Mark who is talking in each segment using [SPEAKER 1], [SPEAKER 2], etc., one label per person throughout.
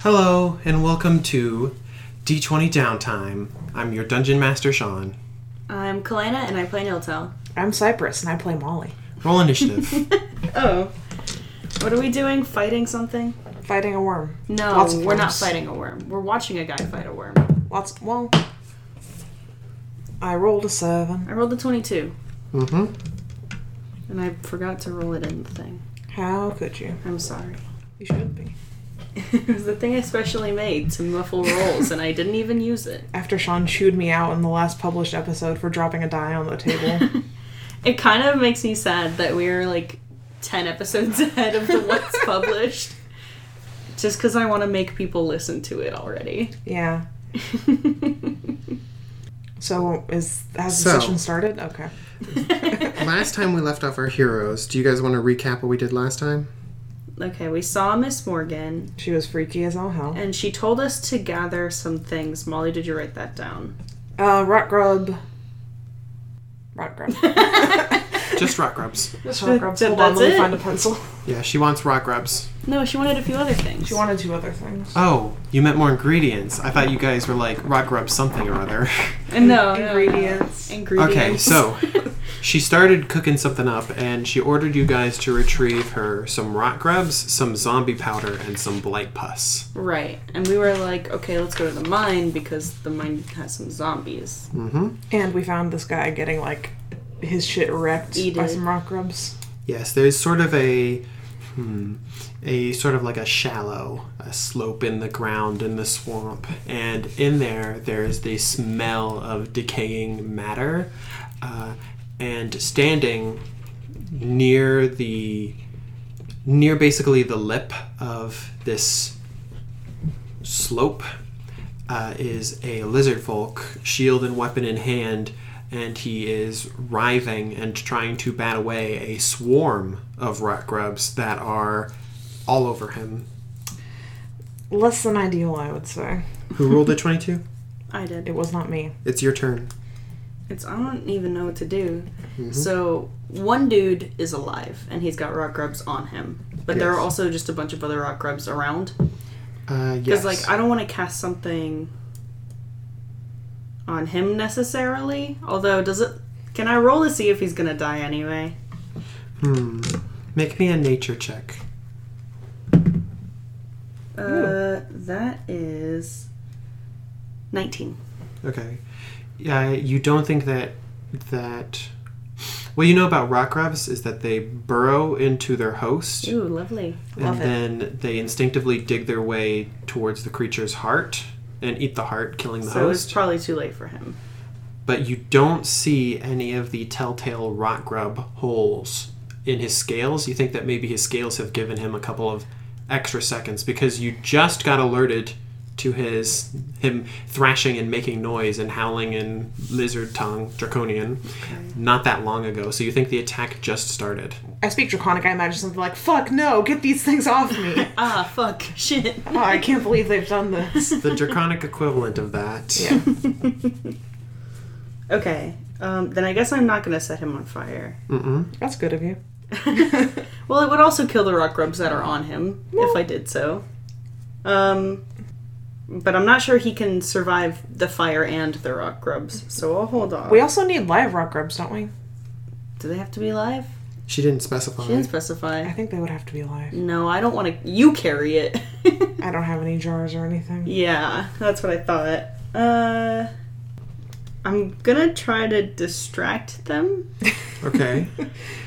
[SPEAKER 1] Hello, and welcome to D20 Downtime. I'm your Dungeon Master, Sean.
[SPEAKER 2] I'm Kalena and I play Niltel.
[SPEAKER 3] I'm Cypress and I play Molly.
[SPEAKER 1] Roll initiative.
[SPEAKER 2] Oh. What are we doing? Fighting something?
[SPEAKER 3] Fighting a worm.
[SPEAKER 2] No,
[SPEAKER 3] Lots of
[SPEAKER 2] we're not
[SPEAKER 3] worms.
[SPEAKER 2] fighting a worm. We're watching a guy fight a worm.
[SPEAKER 3] Lots well I rolled a seven.
[SPEAKER 2] I rolled a 22
[SPEAKER 1] mm-hmm.
[SPEAKER 2] and I forgot to roll it in the thing.
[SPEAKER 3] How could you?
[SPEAKER 2] I'm sorry.
[SPEAKER 3] You should be.
[SPEAKER 2] it was the thing I specially made to muffle rolls and I didn't even use it.
[SPEAKER 3] After Sean chewed me out in the last published episode for dropping a die on the table.
[SPEAKER 2] It kind of makes me sad that we're like 10 episodes ahead of the ones published. Just because I want to make people listen to it already.
[SPEAKER 3] yeah. So is has the
[SPEAKER 1] So-
[SPEAKER 3] session started? Okay.
[SPEAKER 1] last time we left off our heroes. Do you guys want to recap what we did last time?
[SPEAKER 2] okay, we saw Miss Morgan.
[SPEAKER 3] She was freaky as all hell.
[SPEAKER 2] And she told us to gather some things. Molly, did you write that down?
[SPEAKER 3] Uh rot grub. Rot grub.
[SPEAKER 1] Just rock grubs.
[SPEAKER 3] Just rot grubs.
[SPEAKER 2] That-
[SPEAKER 3] Hold on,
[SPEAKER 2] that's
[SPEAKER 3] let me
[SPEAKER 2] it?
[SPEAKER 3] find a pencil.
[SPEAKER 1] Yeah, she wants rock grubs.
[SPEAKER 2] No, she wanted a few other things.
[SPEAKER 3] She wanted two other things.
[SPEAKER 1] Oh, you meant more ingredients. I thought you guys were like rock grub something or other.
[SPEAKER 2] And no, no,
[SPEAKER 3] Ingredients.
[SPEAKER 2] no.
[SPEAKER 1] okay,
[SPEAKER 2] Ingredients.
[SPEAKER 1] so she started cooking something up and she ordered you guys to retrieve her some rock grubs, some zombie powder, and some blight pus.
[SPEAKER 2] Right. And we were like, okay, let's go to the mine because the mine has some zombies.
[SPEAKER 1] Mm-hmm.
[SPEAKER 3] And we found this guy getting like his shit wrecked
[SPEAKER 2] Eat
[SPEAKER 3] by
[SPEAKER 2] it.
[SPEAKER 3] some rock grubs.
[SPEAKER 1] Yes, there's sort of a hmm, a sort of like a shallow a slope in the ground in the swamp, and in there there's the smell of decaying matter, uh, and standing near the near basically the lip of this slope uh, is a lizard folk, shield and weapon in hand, and he is writhing and trying to bat away a swarm of rat grubs that are all over him.
[SPEAKER 3] Less than ideal, I would say.
[SPEAKER 1] Who rolled a 22?
[SPEAKER 2] I
[SPEAKER 3] It
[SPEAKER 2] did.
[SPEAKER 3] was not me.
[SPEAKER 1] It's your turn.
[SPEAKER 2] It's I don't even know what to do.
[SPEAKER 1] Mm-hmm.
[SPEAKER 2] So one dude is alive and he's got rock grubs on him. But there
[SPEAKER 1] Yes.
[SPEAKER 2] are also just a bunch of other rock grubs around.
[SPEAKER 1] Uh, yes.
[SPEAKER 2] Because like I don't want to cast something on him necessarily. Although does it can I roll to see if he's gonna die anyway?
[SPEAKER 1] Hmm. Make me a nature check.
[SPEAKER 2] Uh that is nineteen.
[SPEAKER 1] Okay. Yeah, you don't think that that. What you know about rock grubs is that they burrow into their host.
[SPEAKER 2] Ooh, lovely.
[SPEAKER 1] and
[SPEAKER 3] Love it.
[SPEAKER 1] then they instinctively dig their way towards the creature's heart and eat the heart, killing the
[SPEAKER 2] So it's
[SPEAKER 1] host.
[SPEAKER 2] probably too late for him.
[SPEAKER 1] but you don't see any of the telltale rock grub holes in his scales. You think that maybe his scales have given him a couple of extra seconds because you just got alerted to his him thrashing and making noise and howling in lizard tongue draconian not that long ago so you think the attack just started
[SPEAKER 3] I speak Draconic, I imagine something like, fuck no, get these things off me.
[SPEAKER 2] Ah, fuck, shit.
[SPEAKER 3] oh, I can't believe they've done this.
[SPEAKER 1] the draconic equivalent of that
[SPEAKER 3] Yeah.
[SPEAKER 2] Okay. Um, then I guess I'm not gonna set him on fire.
[SPEAKER 1] Mm-mm.
[SPEAKER 3] That's good of you.
[SPEAKER 2] Well, it would also kill the rock grubs that are on him if I did so. Um, but I'm not sure he can survive the fire and the rock grubs, so I'll hold off.
[SPEAKER 3] We also need live rock grubs, don't we?
[SPEAKER 2] Do they have to be live?
[SPEAKER 1] she didn't specify
[SPEAKER 2] She didn't
[SPEAKER 3] I
[SPEAKER 2] specify.
[SPEAKER 3] think they would have to be live.
[SPEAKER 2] No, I don't want to. You carry it.
[SPEAKER 3] I don't have any jars or anything.
[SPEAKER 2] yeah, that's what I thought. Uh, I'm gonna try to distract them.
[SPEAKER 1] okay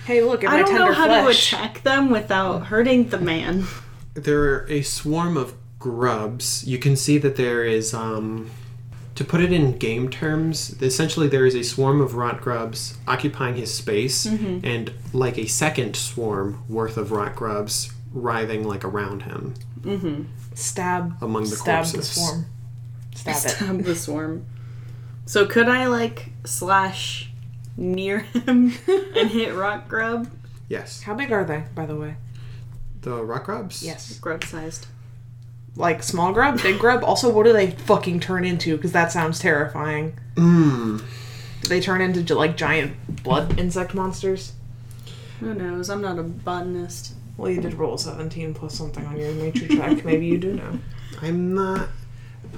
[SPEAKER 3] Hey, look at
[SPEAKER 2] I
[SPEAKER 3] my
[SPEAKER 2] don't
[SPEAKER 3] tender
[SPEAKER 2] know how
[SPEAKER 3] flesh.
[SPEAKER 2] to attack them without hurting the man.
[SPEAKER 1] there are a swarm of grubs. You can see that there is, um, to put it in game terms, essentially there is a swarm of rot grubs occupying his space, and like a second swarm worth of rot grubs writhing like around him.
[SPEAKER 3] Stab.
[SPEAKER 1] Among the
[SPEAKER 3] stab
[SPEAKER 1] corpses.
[SPEAKER 3] the swarm. Stab it.
[SPEAKER 2] Stab the swarm. So could I like slash near him and hit rock grub?
[SPEAKER 1] Yes.
[SPEAKER 3] How big are they, by the way?
[SPEAKER 1] The rot grubs?
[SPEAKER 3] Yes.
[SPEAKER 2] Grub sized.
[SPEAKER 3] Like small grub, big grub. Also, what do they fucking turn into? Because that sounds terrifying.
[SPEAKER 1] Mmm.
[SPEAKER 3] Do they turn into gi- like giant blood insect monsters?
[SPEAKER 2] Who knows? I'm not a botanist.
[SPEAKER 3] Well, you did roll 17 plus something on your nature check. Maybe you do know.
[SPEAKER 1] I'm not.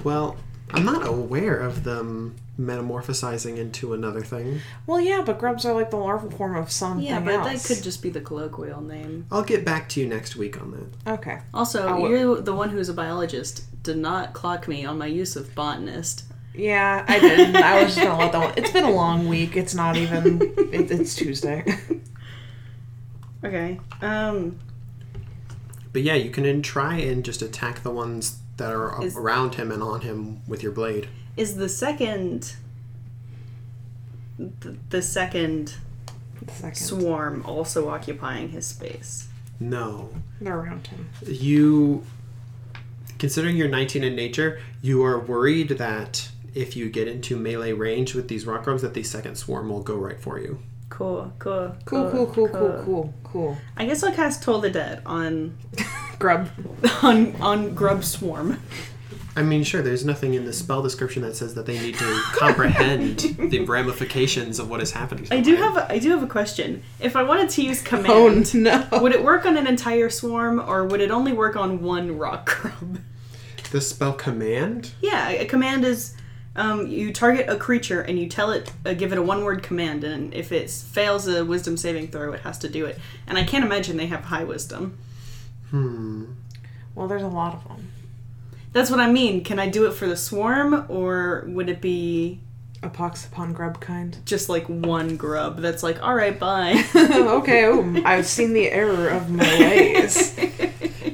[SPEAKER 1] Well, I'm not aware of them metamorphosizing into another thing.
[SPEAKER 3] Well, yeah, but grubs are like the larval form of something
[SPEAKER 2] Yeah, but
[SPEAKER 3] else.
[SPEAKER 2] that could just be the colloquial name.
[SPEAKER 1] I'll get back to you next week on that.
[SPEAKER 3] Okay.
[SPEAKER 2] Also,
[SPEAKER 3] Oh, well-
[SPEAKER 2] you, the one who's a biologist, did not clock me on my use of botanist.
[SPEAKER 3] Yeah, I did. I was just gonna let that one. It's been a long week. It's not even. It, it's Tuesday.
[SPEAKER 2] Okay. Um.
[SPEAKER 1] But yeah, you can then try and just attack the ones that are
[SPEAKER 2] Is-
[SPEAKER 1] around him and on him with your blade.
[SPEAKER 2] is the second the, the second
[SPEAKER 3] Second.
[SPEAKER 2] swarm also occupying his space
[SPEAKER 1] No.
[SPEAKER 3] They're around him.
[SPEAKER 1] You, considering you're 19 in nature, you are worried that if you get into melee range with these rock grubs, that the second swarm will go right for you.
[SPEAKER 2] cool cool
[SPEAKER 3] Cool, cool, cool, cool, cool, cool.
[SPEAKER 2] i guess i'll cast toll the dead on
[SPEAKER 3] Grub.
[SPEAKER 2] on on grub swarm
[SPEAKER 1] I mean, sure, there's nothing in the spell description that says that they need to comprehend the ramifications of what is happening. to
[SPEAKER 2] i do
[SPEAKER 1] them.
[SPEAKER 2] have a, i do have a question if i wanted to use command
[SPEAKER 3] Oh no.
[SPEAKER 2] would it work on an entire swarm or would it only work on one rock grub
[SPEAKER 1] the spell command.
[SPEAKER 2] yeah a command is um, you target a creature and you tell it uh, give it a one word command and if it fails a wisdom saving throw it has to do it and i can't imagine they have high wisdom
[SPEAKER 3] Well, there's a lot of them.
[SPEAKER 2] That's what I mean. Can I do it for the swarm, or would it be
[SPEAKER 3] A pox upon grub kind.
[SPEAKER 2] just like one grub that's like, all right, bye?
[SPEAKER 3] okay. Oh, I've seen the error of my ways.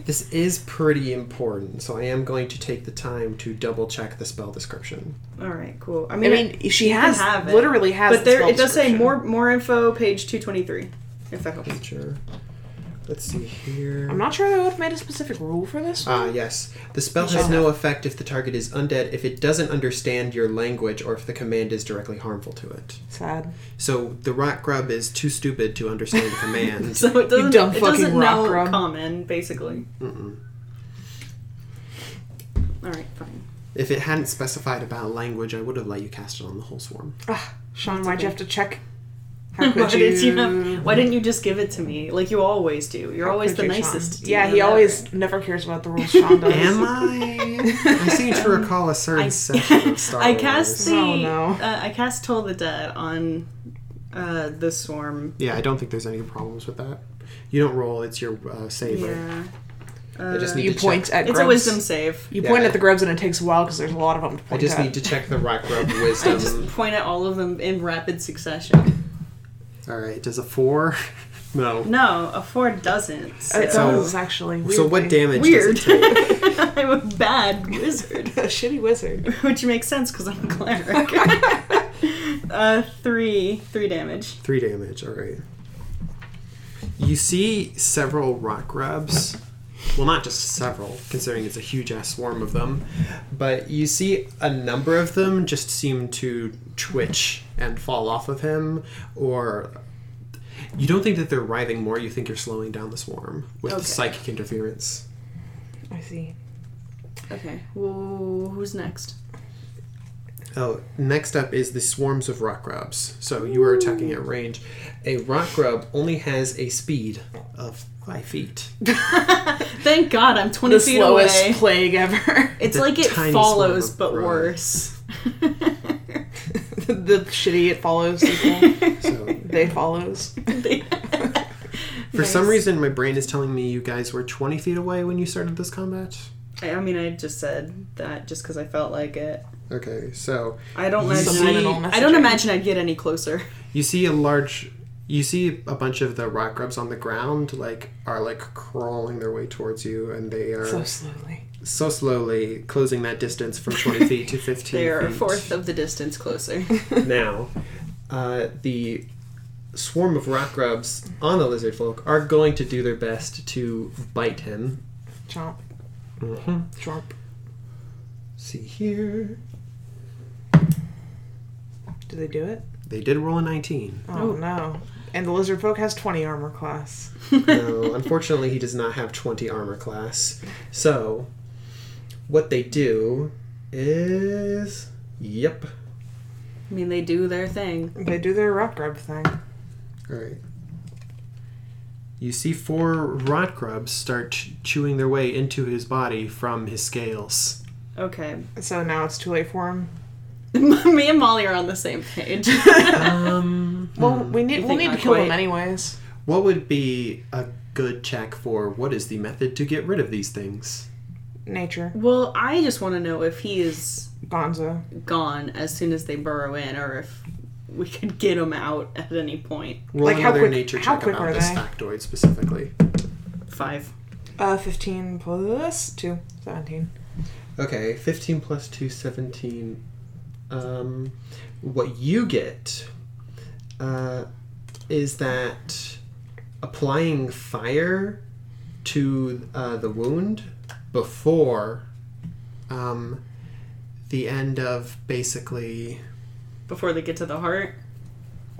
[SPEAKER 1] This is pretty important, so I am going to take the time to double check the spell description.
[SPEAKER 2] all right, cool. I
[SPEAKER 3] I
[SPEAKER 2] mean,
[SPEAKER 3] mean, she has
[SPEAKER 2] have it.
[SPEAKER 3] literally has.
[SPEAKER 2] but
[SPEAKER 3] the
[SPEAKER 2] there
[SPEAKER 3] spell
[SPEAKER 2] it does say
[SPEAKER 3] description.
[SPEAKER 2] more more info, page two twenty three. If that helps.
[SPEAKER 1] Creature. Let's see here.
[SPEAKER 3] I'm not sure they would have made a specific rule for this.
[SPEAKER 1] Ah, yes. The spell has no effect if the target is undead, if it doesn't understand your language, or if the command is directly harmful to it.
[SPEAKER 3] Sad.
[SPEAKER 1] So the rock grub is too stupid to understand the command.
[SPEAKER 2] So it doesn't.
[SPEAKER 3] dumb
[SPEAKER 2] it doesn't
[SPEAKER 3] fucking rock
[SPEAKER 2] know
[SPEAKER 3] grub.
[SPEAKER 2] common, basically. All right, fine.
[SPEAKER 1] if it hadn't specified about language, I would have let you cast it on the whole swarm.
[SPEAKER 3] Ah, Sean, why'd you have to check? How
[SPEAKER 2] Why,
[SPEAKER 3] could you?
[SPEAKER 2] did you not- why didn't you just give it to me like you always do? You're
[SPEAKER 3] how
[SPEAKER 2] always
[SPEAKER 3] could
[SPEAKER 2] the
[SPEAKER 3] you,
[SPEAKER 2] nicest.
[SPEAKER 3] Sean?
[SPEAKER 2] to
[SPEAKER 3] Yeah,
[SPEAKER 2] me,
[SPEAKER 3] he
[SPEAKER 2] no
[SPEAKER 3] always never cares about the rules. Sean does.
[SPEAKER 1] Am I? I seem to recall a certain session of Star
[SPEAKER 2] I
[SPEAKER 1] Wars.
[SPEAKER 2] cast the
[SPEAKER 3] Oh, no.
[SPEAKER 2] uh, I cast Toll the Dead on uh, the swarm.
[SPEAKER 1] Yeah, I don't think there's any problems with that. You don't roll; it's your uh, save. right?
[SPEAKER 2] Yeah,
[SPEAKER 1] I just need
[SPEAKER 3] uh, You
[SPEAKER 1] to
[SPEAKER 3] point
[SPEAKER 1] Check.
[SPEAKER 3] at.
[SPEAKER 2] it's
[SPEAKER 3] grubs.
[SPEAKER 2] a wisdom save.
[SPEAKER 3] You
[SPEAKER 1] Yeah.
[SPEAKER 3] point at the grubs and it takes a while because there's a lot of them to
[SPEAKER 1] I
[SPEAKER 3] point
[SPEAKER 1] just
[SPEAKER 3] at.
[SPEAKER 1] need to check the rock grub
[SPEAKER 2] I
[SPEAKER 1] wisdom.
[SPEAKER 2] just point at all of them in rapid succession.
[SPEAKER 1] All right, does a four? No.
[SPEAKER 2] No, a four doesn't. So.
[SPEAKER 3] It
[SPEAKER 1] So-
[SPEAKER 3] does actually.
[SPEAKER 1] So what
[SPEAKER 3] weirdly.
[SPEAKER 1] damage
[SPEAKER 2] Weird.
[SPEAKER 1] does it take?
[SPEAKER 2] I'm a bad wizard,
[SPEAKER 3] A shitty wizard.
[SPEAKER 2] which makes sense because I'm a cleric. uh, three, three damage.
[SPEAKER 1] Three damage, alright. You see several rock grubs. Well, not just several, considering it's a huge ass swarm of them. But you see a number of them just seem to twitch and fall off of him, or. You don't think that they're writhing more, you think you're slowing down the swarm with
[SPEAKER 2] Okay.
[SPEAKER 1] the psychic interference.
[SPEAKER 3] I see.
[SPEAKER 2] Okay. Whoa, who's next?
[SPEAKER 1] Oh, next up is the swarms of rock grubs. So you are attacking at range. A rock grub only has a speed of five feet.
[SPEAKER 2] Thank God, I'm 20
[SPEAKER 3] The
[SPEAKER 2] feet
[SPEAKER 3] slowest
[SPEAKER 2] away.
[SPEAKER 3] plague ever.
[SPEAKER 2] It's
[SPEAKER 1] The
[SPEAKER 2] like it
[SPEAKER 1] tiny
[SPEAKER 2] follows,
[SPEAKER 1] swarm
[SPEAKER 2] but
[SPEAKER 1] of grubs.
[SPEAKER 2] worse.
[SPEAKER 3] the shitty it follows people.
[SPEAKER 1] So
[SPEAKER 3] they follows.
[SPEAKER 1] For some
[SPEAKER 2] Nice.
[SPEAKER 1] reason, my brain is telling me you guys were 20 feet away when you started this combat.
[SPEAKER 2] I, I mean, I just said that just because I felt like it.
[SPEAKER 1] Okay, so
[SPEAKER 2] I don't
[SPEAKER 1] You
[SPEAKER 2] imagine.
[SPEAKER 1] see-
[SPEAKER 2] I don't imagine I'd get any closer.
[SPEAKER 1] you see a large, you see a bunch of the rock grubs on the ground, like are like crawling their way towards you, and they are
[SPEAKER 3] So
[SPEAKER 1] so,
[SPEAKER 3] slowly.
[SPEAKER 1] slowly closing that distance from 20 feet to 15.
[SPEAKER 2] They are a
[SPEAKER 1] feet.
[SPEAKER 2] fourth of the distance closer.
[SPEAKER 1] now, uh, the swarm of rock grubs on the lizard folk are going to do their best to bite him.
[SPEAKER 3] Chomp.
[SPEAKER 1] Mm-hmm.
[SPEAKER 3] Chomp.
[SPEAKER 1] See here,
[SPEAKER 3] Do they do it?
[SPEAKER 1] they did roll a 19.
[SPEAKER 3] Oh, no. And the lizard folk has 20 armor class.
[SPEAKER 1] no, unfortunately, he does not have 20 armor class. So, what they do is. Yep.
[SPEAKER 2] I mean, they do their thing.
[SPEAKER 3] They do their rock grub thing.
[SPEAKER 1] Alright. You see four rot grubs start ch- chewing their way into his body from his scales.
[SPEAKER 2] Okay.
[SPEAKER 3] So now it's too late for him.
[SPEAKER 2] Me and Molly are on the same page.
[SPEAKER 1] Um,
[SPEAKER 3] Well, we need we'll
[SPEAKER 2] think
[SPEAKER 3] need to
[SPEAKER 2] not
[SPEAKER 3] kill him
[SPEAKER 2] quite?
[SPEAKER 3] anyways.
[SPEAKER 1] what would be a good check for what is the method to get rid of these things?
[SPEAKER 3] Nature,
[SPEAKER 2] well, I just want to know if he is
[SPEAKER 3] Gonzo.
[SPEAKER 2] gone as soon as they burrow in, or if we could get him out at any point.
[SPEAKER 1] Roll
[SPEAKER 3] Like, how
[SPEAKER 1] another
[SPEAKER 3] quick-
[SPEAKER 1] nature
[SPEAKER 3] how
[SPEAKER 1] check
[SPEAKER 3] quick
[SPEAKER 1] about
[SPEAKER 3] are
[SPEAKER 1] this
[SPEAKER 3] they?
[SPEAKER 1] factoid specifically.
[SPEAKER 2] Five.
[SPEAKER 3] Uh, fifteen plus two. 17.
[SPEAKER 1] Okay, 15 plus 2, 17. Um, what you get uh, is that applying fire to uh, the wound before um, the end of basically.
[SPEAKER 2] Before they get to the heart.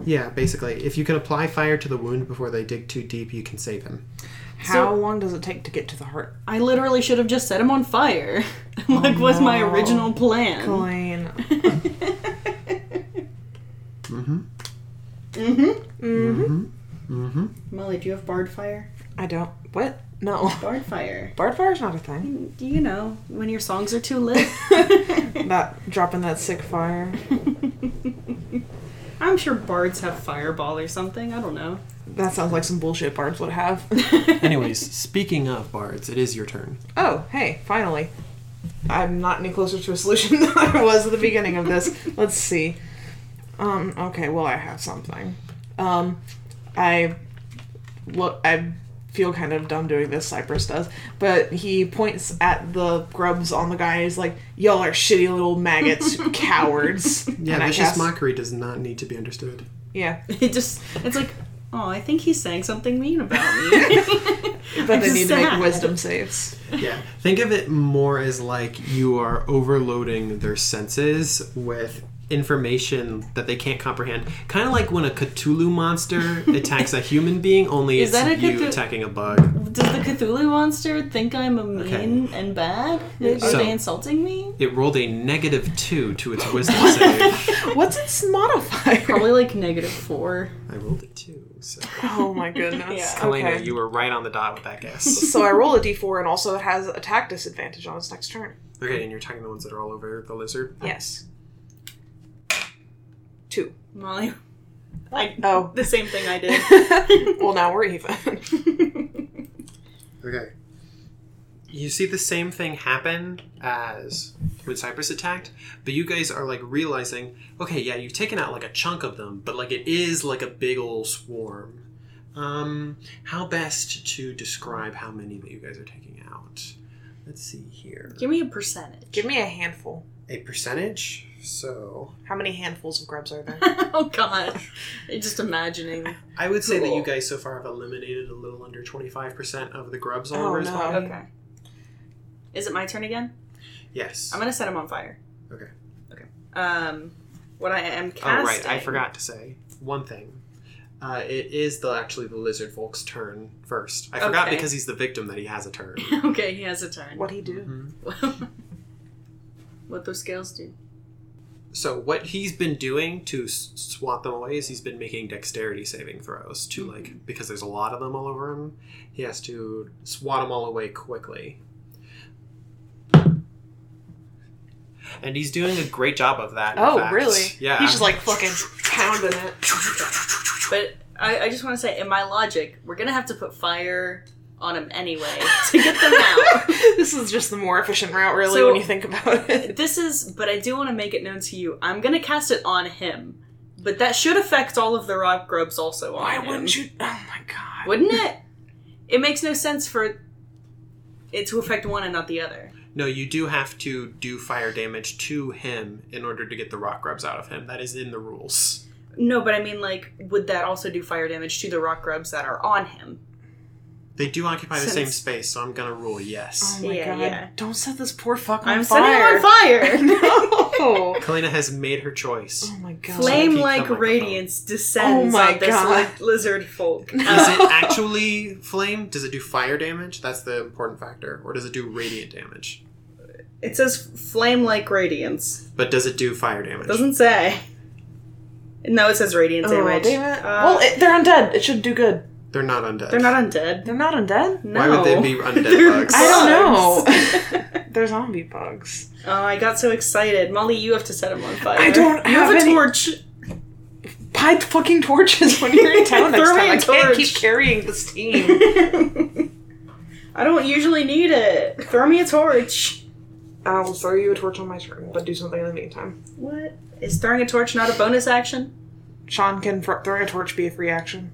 [SPEAKER 1] Yeah, basically, if you can apply fire to the wound before they dig too deep, you can save him.
[SPEAKER 3] How long does it take to get to the heart?
[SPEAKER 2] I literally should have just set him on fire. like was my
[SPEAKER 3] no.
[SPEAKER 2] original plan.
[SPEAKER 3] Colleen.
[SPEAKER 1] Mm-hmm.
[SPEAKER 2] Mm-hmm.
[SPEAKER 3] Mm,
[SPEAKER 1] Mm-hmm.
[SPEAKER 2] Molly, do you have bard fire?
[SPEAKER 3] I don't. What? No.
[SPEAKER 2] Bard fire.
[SPEAKER 3] Bardfire's not a thing.
[SPEAKER 2] Do you know when your songs are too lit?
[SPEAKER 3] Not dropping that sick fire.
[SPEAKER 2] I'm sure bards have fireball or something. I don't know.
[SPEAKER 3] That sounds like some bullshit bards would have.
[SPEAKER 1] Anyways, speaking of bards, it is your turn.
[SPEAKER 3] Oh, hey, finally. I'm not any closer to a solution than I was at the beginning of this. Let's see. Um, okay, well, I have something. Um, I look, I feel kind of dumb doing this, Cypress does, but he points at the grubs on the guy and he's like, Y'all are shitty little maggots, cowards.
[SPEAKER 1] Yeah,
[SPEAKER 3] And I
[SPEAKER 1] vicious
[SPEAKER 3] cast-
[SPEAKER 1] mockery does not need to be understood.
[SPEAKER 3] Yeah,
[SPEAKER 2] It just it's like, oh, I think he's saying something mean about me.
[SPEAKER 3] but they need to
[SPEAKER 2] Sad.
[SPEAKER 3] make wisdom saves.
[SPEAKER 1] Yeah, think of it more as like you are overloading their senses with information that they can't comprehend. Kind of like when a Cthulhu monster attacks a human being, only
[SPEAKER 2] Is
[SPEAKER 1] it's
[SPEAKER 2] that a
[SPEAKER 1] you
[SPEAKER 2] Cthu-
[SPEAKER 1] attacking a bug.
[SPEAKER 2] Does the Cthulhu monster think I'm a mean and bad? Are
[SPEAKER 1] So-
[SPEAKER 2] they insulting me?
[SPEAKER 1] It rolled a negative two to its wisdom save.
[SPEAKER 3] What's its modifier?
[SPEAKER 2] Probably like negative four.
[SPEAKER 1] I rolled a two, so
[SPEAKER 3] Oh my goodness.
[SPEAKER 2] Yeah.
[SPEAKER 1] Elena,
[SPEAKER 3] Okay.
[SPEAKER 1] you were right on the dot with that guess.
[SPEAKER 3] So I roll a d4, and also it has attack disadvantage on its next turn.
[SPEAKER 1] okay, and you're talking the ones that are all over the lizard.
[SPEAKER 3] Yes. Two.
[SPEAKER 2] Molly, I
[SPEAKER 3] Oh.
[SPEAKER 2] the same thing I did.
[SPEAKER 3] well, now we're even.
[SPEAKER 1] Okay. You see the same thing happen as when Cyprus attacked, but you guys are like realizing, okay, yeah, you've taken out like a chunk of them, but like it is like a big old swarm. Um, how best to describe how many that you guys are taking out? Let's see here.
[SPEAKER 2] Give me a percentage.
[SPEAKER 3] Give me a handful.
[SPEAKER 1] A percentage. So
[SPEAKER 3] How many handfuls of grubs are there?
[SPEAKER 2] oh god. I'm just imagining.
[SPEAKER 1] I would say that you
[SPEAKER 2] Cool.
[SPEAKER 1] guys so far have eliminated a little under twenty five percent of the grubs all
[SPEAKER 3] Oh,
[SPEAKER 1] over his
[SPEAKER 3] no.
[SPEAKER 1] body.
[SPEAKER 2] Okay. Um, Is it my turn again?
[SPEAKER 1] Yes.
[SPEAKER 2] I'm gonna set him on fire.
[SPEAKER 1] Okay.
[SPEAKER 2] Okay. Um, what I am casting.
[SPEAKER 1] Oh right, I forgot to say one thing. Uh, it is the actually the lizard folk's turn first. I forgot
[SPEAKER 2] Okay.
[SPEAKER 1] because he's the victim that he has a turn.
[SPEAKER 2] okay, he has a turn.
[SPEAKER 3] What'd he do?
[SPEAKER 2] what those scales do?
[SPEAKER 1] So what he's been doing to s- swat them away is he's been making dexterity saving throws to
[SPEAKER 3] Mm-hmm.
[SPEAKER 1] like because there's a lot of them all over him. He has to swat them all away quickly. And he's doing a great job of that. in
[SPEAKER 3] Oh,
[SPEAKER 1] fact.
[SPEAKER 3] really?
[SPEAKER 1] Yeah.
[SPEAKER 3] He's just like fucking pounding it.
[SPEAKER 2] But I, I just want to say, in my logic, we're gonna have to put fire on him anyway to get them out.
[SPEAKER 3] this is just the more efficient route, really,
[SPEAKER 2] So-
[SPEAKER 3] when you think about it.
[SPEAKER 2] this is, but I do want to make it known to you. I'm gonna cast it on him, but that should affect all of the rock grubs also on
[SPEAKER 3] Why
[SPEAKER 2] him.
[SPEAKER 3] wouldn't you? Oh my god.
[SPEAKER 2] Wouldn't it? It makes no sense for it to affect one and not the other.
[SPEAKER 1] No, you do have to do fire damage to him in order to get the rock grubs out of him. That is in the rules.
[SPEAKER 2] No, but I mean, like, would that also do fire damage to the rock grubs that are on him?
[SPEAKER 1] They do occupy the
[SPEAKER 2] Since-
[SPEAKER 1] same space, so I'm gonna rule yes.
[SPEAKER 3] Oh my
[SPEAKER 2] Yeah,
[SPEAKER 3] god.
[SPEAKER 2] yeah.
[SPEAKER 3] Don't set this poor fuck on
[SPEAKER 2] I'm
[SPEAKER 3] fire.
[SPEAKER 2] setting him on fire.
[SPEAKER 3] no.
[SPEAKER 1] Kalina has made her choice.
[SPEAKER 3] Oh my god.
[SPEAKER 2] Flame like
[SPEAKER 1] Keep the microphone.
[SPEAKER 2] radiance descends
[SPEAKER 3] Oh my
[SPEAKER 2] on this
[SPEAKER 3] God.
[SPEAKER 2] li- lizard folk.
[SPEAKER 1] Is
[SPEAKER 2] Uh,
[SPEAKER 1] it actually flame? Does it do fire damage? That's the important factor. Or does it do radiant damage?
[SPEAKER 2] it says flame like radiance.
[SPEAKER 1] But does it do fire damage?
[SPEAKER 2] Doesn't say. No, it says radiant
[SPEAKER 3] Oh,
[SPEAKER 2] damage.
[SPEAKER 3] damn it.
[SPEAKER 2] Uh,
[SPEAKER 3] well, it, they're undead. It should do good.
[SPEAKER 1] They're not undead.
[SPEAKER 2] They're not undead.
[SPEAKER 3] They're not undead.
[SPEAKER 2] No.
[SPEAKER 1] Why would they be undead
[SPEAKER 2] They're
[SPEAKER 1] bugs?
[SPEAKER 3] I don't
[SPEAKER 2] bugs.
[SPEAKER 3] know. They're zombie bugs.
[SPEAKER 2] oh, I got so excited. Molly, you have to set them on fire.
[SPEAKER 3] I don't
[SPEAKER 2] You
[SPEAKER 3] have
[SPEAKER 2] have, a
[SPEAKER 3] any-
[SPEAKER 2] torch.
[SPEAKER 3] Buy fucking torches when you're in town next
[SPEAKER 2] Throw
[SPEAKER 3] time.
[SPEAKER 2] me a
[SPEAKER 3] I can't
[SPEAKER 2] torch.
[SPEAKER 3] keep carrying this team.
[SPEAKER 2] I don't usually need it. Throw me a torch.
[SPEAKER 3] I'll throw you a torch on my turn, but do something in the meantime.
[SPEAKER 2] What? Is throwing a torch not a bonus action?
[SPEAKER 3] Sean can fr- throwing a torch be a free action.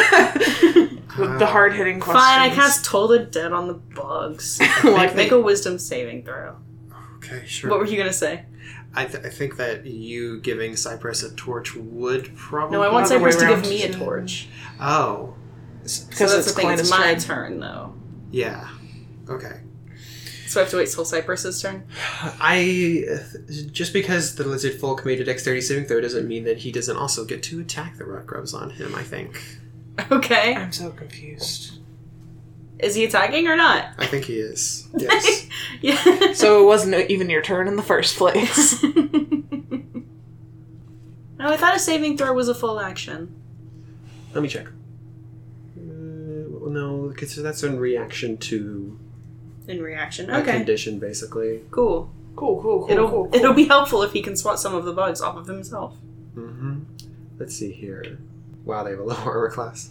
[SPEAKER 3] the the hard hitting questions.
[SPEAKER 2] Fine, I cast Toll the Dead on the bugs.
[SPEAKER 3] like
[SPEAKER 2] Make
[SPEAKER 3] they,
[SPEAKER 2] a wisdom saving throw.
[SPEAKER 1] Okay,
[SPEAKER 2] What
[SPEAKER 1] sure.
[SPEAKER 2] were you gonna say?
[SPEAKER 1] I, th- I think that you giving Cypress a torch would probably.
[SPEAKER 2] No, I want
[SPEAKER 3] Other way
[SPEAKER 2] Cypress to
[SPEAKER 3] around.
[SPEAKER 2] give me a torch.
[SPEAKER 1] Oh, S-
[SPEAKER 2] So
[SPEAKER 3] because
[SPEAKER 2] that's
[SPEAKER 3] it's
[SPEAKER 2] the thing. It's
[SPEAKER 3] Kalina's
[SPEAKER 2] my
[SPEAKER 3] turn.
[SPEAKER 2] turn though.
[SPEAKER 1] yeah. Okay.
[SPEAKER 2] So I have to wait till Cypress's turn.
[SPEAKER 1] I just because the lizard folk made a dexterity saving throw doesn't mean that he doesn't also get to attack the rock grubs on him. I think.
[SPEAKER 2] Okay.
[SPEAKER 3] I'm so confused.
[SPEAKER 2] Is he attacking or not?
[SPEAKER 1] I think he is. Yes.
[SPEAKER 2] Yeah.
[SPEAKER 3] So it wasn't e-, even your turn in the first place.
[SPEAKER 2] No, Oh, I thought a saving throw was a full action.
[SPEAKER 1] Let me check. Uh, well, no, because that's in reaction to
[SPEAKER 2] In reaction.
[SPEAKER 1] a
[SPEAKER 2] Okay.
[SPEAKER 1] condition, basically.
[SPEAKER 2] Cool.
[SPEAKER 3] cool, cool, cool,
[SPEAKER 2] It'll
[SPEAKER 3] cool. cool.
[SPEAKER 2] it'll be helpful if he can swat some of the bugs off of himself.
[SPEAKER 1] Mm-hmm. Let's see here. Wow, they have a low armor class.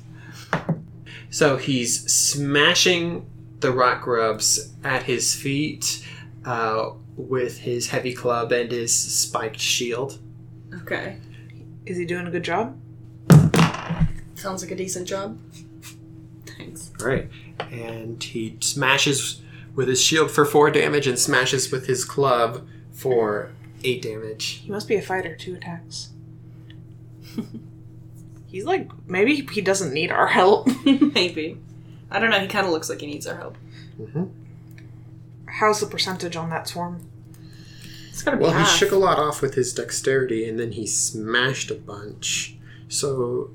[SPEAKER 1] So he's smashing the rock grubs at his feet uh, with his heavy club and his spiked shield.
[SPEAKER 2] Okay.
[SPEAKER 3] Is he doing a good job?
[SPEAKER 2] Sounds like a decent job. Thanks.
[SPEAKER 1] Right. And he smashes with his shield for four damage and smashes with his club for eight damage.
[SPEAKER 3] He must be a fighter. Two attacks. He's like maybe he doesn't need our help.
[SPEAKER 2] Maybe. I don't know. He kind of looks like he needs our help.
[SPEAKER 3] How's the percentage on that swarm?
[SPEAKER 2] It's gotta be
[SPEAKER 1] Well, he
[SPEAKER 2] half.
[SPEAKER 1] shook a lot off with his dexterity and then he smashed a bunch. So,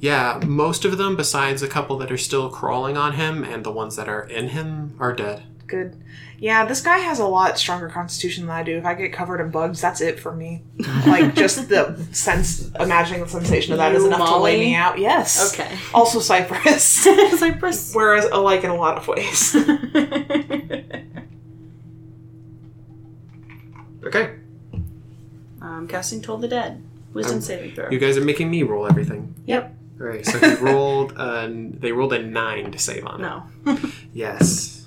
[SPEAKER 1] yeah, most of them, besides a couple that are still crawling on him and the ones that are in him, are dead.
[SPEAKER 3] Good. Yeah, this guy has a lot stronger constitution than I do. If I get covered in bugs, that's it for me. like just the sense, imagining the sensation of that is
[SPEAKER 2] You,
[SPEAKER 3] enough to lay
[SPEAKER 2] Molly?
[SPEAKER 3] me out. Yes.
[SPEAKER 2] Okay.
[SPEAKER 3] Also Cypress.
[SPEAKER 2] Cypress.
[SPEAKER 3] Whereas alike in a lot of ways.
[SPEAKER 1] Okay.
[SPEAKER 2] um, casting Toll the Dead. Wisdom
[SPEAKER 1] Um,
[SPEAKER 2] saving throw.
[SPEAKER 1] You guys are making me roll everything.
[SPEAKER 2] Yep.
[SPEAKER 1] All right, so he rolled a, they rolled a nine to save on it.
[SPEAKER 2] No.
[SPEAKER 1] Yes.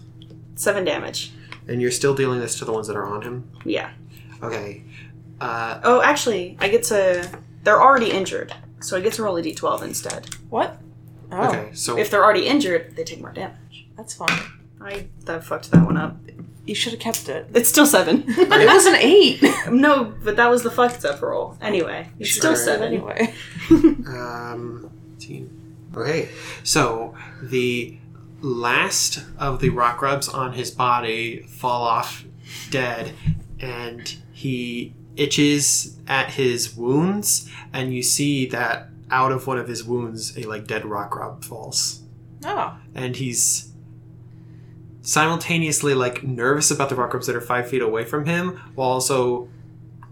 [SPEAKER 2] Seven damage.
[SPEAKER 1] And you're still dealing this to the ones that are on him?
[SPEAKER 2] Yeah.
[SPEAKER 1] Okay. Uh,
[SPEAKER 2] Oh, actually, I get to. They're already injured, so I get to roll a d12 instead.
[SPEAKER 3] what? Oh,
[SPEAKER 1] okay, so
[SPEAKER 2] If they're already injured, they take more damage.
[SPEAKER 3] that's fine.
[SPEAKER 2] I that fucked that one up.
[SPEAKER 3] You should have kept it.
[SPEAKER 2] It's still seven.
[SPEAKER 3] It was an eight.
[SPEAKER 2] no, but that was the fucked up roll. Anyway, it's still
[SPEAKER 1] Sure.
[SPEAKER 2] seven.
[SPEAKER 3] anyway.
[SPEAKER 1] Um, 18. Okay, so the last of the rock grubs on his body fall off dead, and he itches at his wounds, and you see that out of one of his wounds, a like dead rock grub falls,
[SPEAKER 3] Oh.
[SPEAKER 1] and he's simultaneously like nervous about the rock grubs that are five feet away from him, while also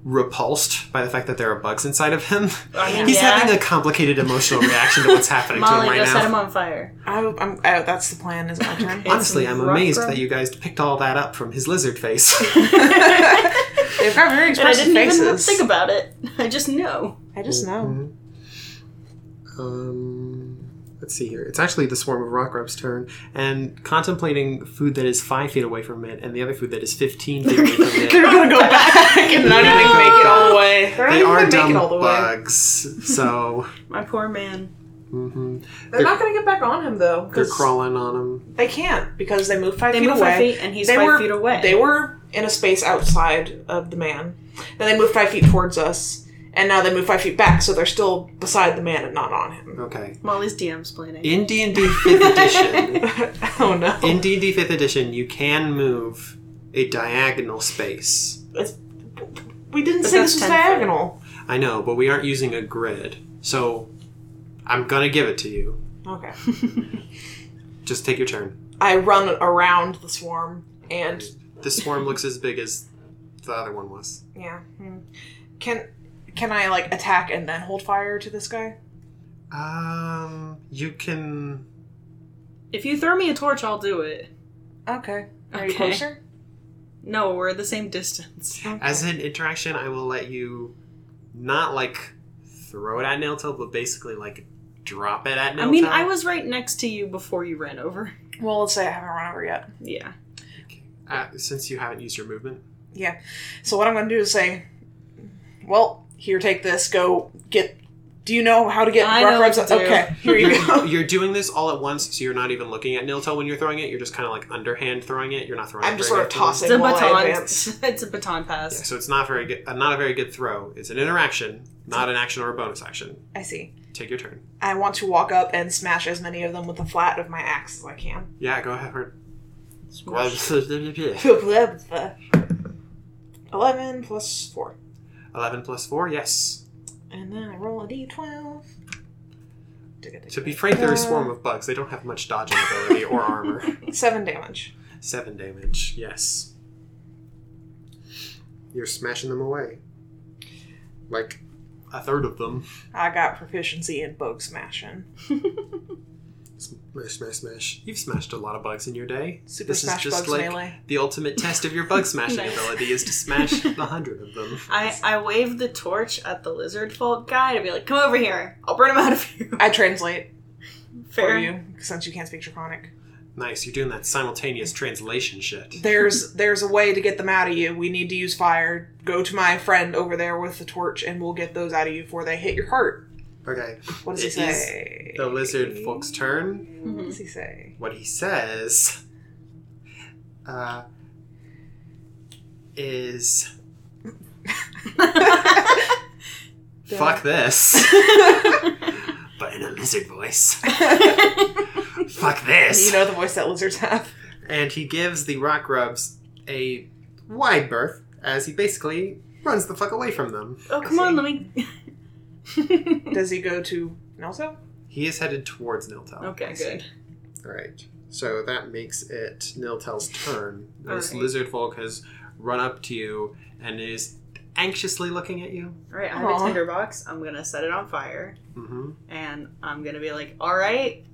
[SPEAKER 1] repulsed by the fact that there are bugs inside of him.
[SPEAKER 2] I mean,
[SPEAKER 1] He's
[SPEAKER 2] yeah.
[SPEAKER 1] having a complicated emotional reaction to what's happening to
[SPEAKER 2] Molly,
[SPEAKER 1] him
[SPEAKER 2] go
[SPEAKER 1] right
[SPEAKER 2] set
[SPEAKER 1] now.
[SPEAKER 2] him on fire.
[SPEAKER 3] I, I'm, I, that's the plan. Is my turn.
[SPEAKER 1] Honestly, I'm amazed
[SPEAKER 2] Ruckrum.
[SPEAKER 1] that you guys picked all that up from his lizard face.
[SPEAKER 3] They've got very
[SPEAKER 2] And I
[SPEAKER 3] expressive
[SPEAKER 2] didn't even
[SPEAKER 3] faces.
[SPEAKER 2] think about it. I just know.
[SPEAKER 3] I just know.
[SPEAKER 1] Mhm. Um, let's see here. It's actually the swarm of rock grub's turn, and contemplating food that is five feet away from it, and the other food that is fifteen feet away from it.
[SPEAKER 3] They're gonna go back and not even make it all the way. They're not
[SPEAKER 1] They
[SPEAKER 3] even
[SPEAKER 1] are
[SPEAKER 3] gonna
[SPEAKER 1] dumb
[SPEAKER 3] make it all the way.
[SPEAKER 1] bugs, so
[SPEAKER 2] My poor man.
[SPEAKER 1] mhm.
[SPEAKER 3] They're not gonna get back on him though.
[SPEAKER 1] they're
[SPEAKER 3] 'cause
[SPEAKER 1] crawling on him.
[SPEAKER 3] They can't because they moved five
[SPEAKER 2] They
[SPEAKER 3] feet
[SPEAKER 2] move
[SPEAKER 3] away.
[SPEAKER 2] five feet, and he's
[SPEAKER 3] they
[SPEAKER 2] five
[SPEAKER 3] were,
[SPEAKER 2] feet away.
[SPEAKER 3] They were in a space outside of the man. Then they moved five feet towards us, and now they move five feet back, so they're still beside the man and not on him.
[SPEAKER 1] Okay.
[SPEAKER 2] Molly's DM's planning.
[SPEAKER 1] In D and D fifth edition,
[SPEAKER 3] oh no!
[SPEAKER 1] in D and D fifth edition, you can move a diagonal space.
[SPEAKER 3] we didn't
[SPEAKER 2] But
[SPEAKER 3] say
[SPEAKER 2] that's
[SPEAKER 3] this was
[SPEAKER 2] 10 feet.
[SPEAKER 3] diagonal.
[SPEAKER 1] I know, but we aren't using a grid. So I'm going to give it to you.
[SPEAKER 3] Okay.
[SPEAKER 1] Just take your turn.
[SPEAKER 3] I run around the swarm and
[SPEAKER 1] This swarm looks as big as the other one was.
[SPEAKER 3] yeah. hmm. Can Can I like attack and then hold fire to this guy?
[SPEAKER 1] Um, you can.
[SPEAKER 2] If you throw me a torch, I'll do it.
[SPEAKER 3] Okay. Are you
[SPEAKER 2] Okay.
[SPEAKER 3] closer?
[SPEAKER 2] No, we're at the same distance.
[SPEAKER 1] As an interaction, I will let you not like throw it at Nailtail, but basically like drop it at Nailtail.
[SPEAKER 2] I mean, I was right next to you before you ran over.
[SPEAKER 3] Well, let's say I haven't run over yet.
[SPEAKER 2] Yeah.
[SPEAKER 1] Uh, since you haven't used your movement,
[SPEAKER 3] Yeah. So what I'm going to do is say, well, here, take this. Go get. Do you know how to get
[SPEAKER 2] I know
[SPEAKER 3] Rugrubs?
[SPEAKER 2] what to do.
[SPEAKER 3] Okay, here you
[SPEAKER 1] you're,
[SPEAKER 3] go.
[SPEAKER 1] Oh, you're doing this all at once, so you're not even looking at Niltel when you're throwing it. You're just kind of like underhand throwing it. You're not throwing.
[SPEAKER 3] I'm
[SPEAKER 1] it
[SPEAKER 3] just
[SPEAKER 1] very
[SPEAKER 3] sort of
[SPEAKER 1] good.
[SPEAKER 3] tossing
[SPEAKER 2] It's a
[SPEAKER 3] while I
[SPEAKER 2] baton.
[SPEAKER 3] advance.
[SPEAKER 2] it's a baton pass.
[SPEAKER 1] Yeah, so it's not very good. Uh, not a very good throw. It's an interaction, not an action or a bonus action.
[SPEAKER 3] I see.
[SPEAKER 1] Take your turn.
[SPEAKER 3] I want to walk up and smash as many of them with the flat of my axe as I can.
[SPEAKER 1] Yeah, go ahead. Herd.
[SPEAKER 3] Eleven plus four,
[SPEAKER 1] Eleven plus four. Yes.
[SPEAKER 3] and then I roll a d12.
[SPEAKER 1] To be frank, they're a swarm of bugs. They don't have much dodging ability or armor.
[SPEAKER 3] Seven damage.
[SPEAKER 1] Seven damage. Yes. You're smashing them away. Like a third of them.
[SPEAKER 3] I got proficiency in bug smashing.
[SPEAKER 1] Smash, smash, smash. You've smashed a lot of bugs in your day.
[SPEAKER 3] Super Smash Bugs Melee.
[SPEAKER 1] the ultimate test of your bug smashing
[SPEAKER 2] Nice.
[SPEAKER 1] ability is to smash the hundred of them.
[SPEAKER 2] I, I waved the torch at the lizard folk guy to be like, come over here. I'll burn him out of you.
[SPEAKER 3] I translate
[SPEAKER 2] Fair.
[SPEAKER 3] for you since you can't speak Draconic.
[SPEAKER 1] Nice, you're doing that simultaneous translation shit.
[SPEAKER 3] There's there's a way to get them out of you. We need to use fire. Go to my friend over there with the torch, and we'll get those out of you before they hit your heart.
[SPEAKER 1] Okay.
[SPEAKER 3] What does he
[SPEAKER 1] It is
[SPEAKER 3] say?
[SPEAKER 1] The lizard folk's turn.
[SPEAKER 3] What does he say?
[SPEAKER 1] What he says uh, is fuck this, but in a lizard voice. fuck this.
[SPEAKER 3] You know the voice that lizards have.
[SPEAKER 1] and he gives the rock grubs a wide berth as he basically runs the fuck away from them.
[SPEAKER 2] oh, come on, let me.
[SPEAKER 3] Does he go to Nelson?
[SPEAKER 1] He is headed towards Niltel.
[SPEAKER 2] Okay, good.
[SPEAKER 1] All right. So that makes it Niltel's turn.
[SPEAKER 2] All
[SPEAKER 1] This
[SPEAKER 2] right.
[SPEAKER 1] lizard folk has run up to you and is anxiously looking at you.
[SPEAKER 2] All right, I have
[SPEAKER 3] Aw.
[SPEAKER 2] a tinderbox. I'm going to set it on fire.
[SPEAKER 1] hmm
[SPEAKER 2] and I'm gonna be like, "All right,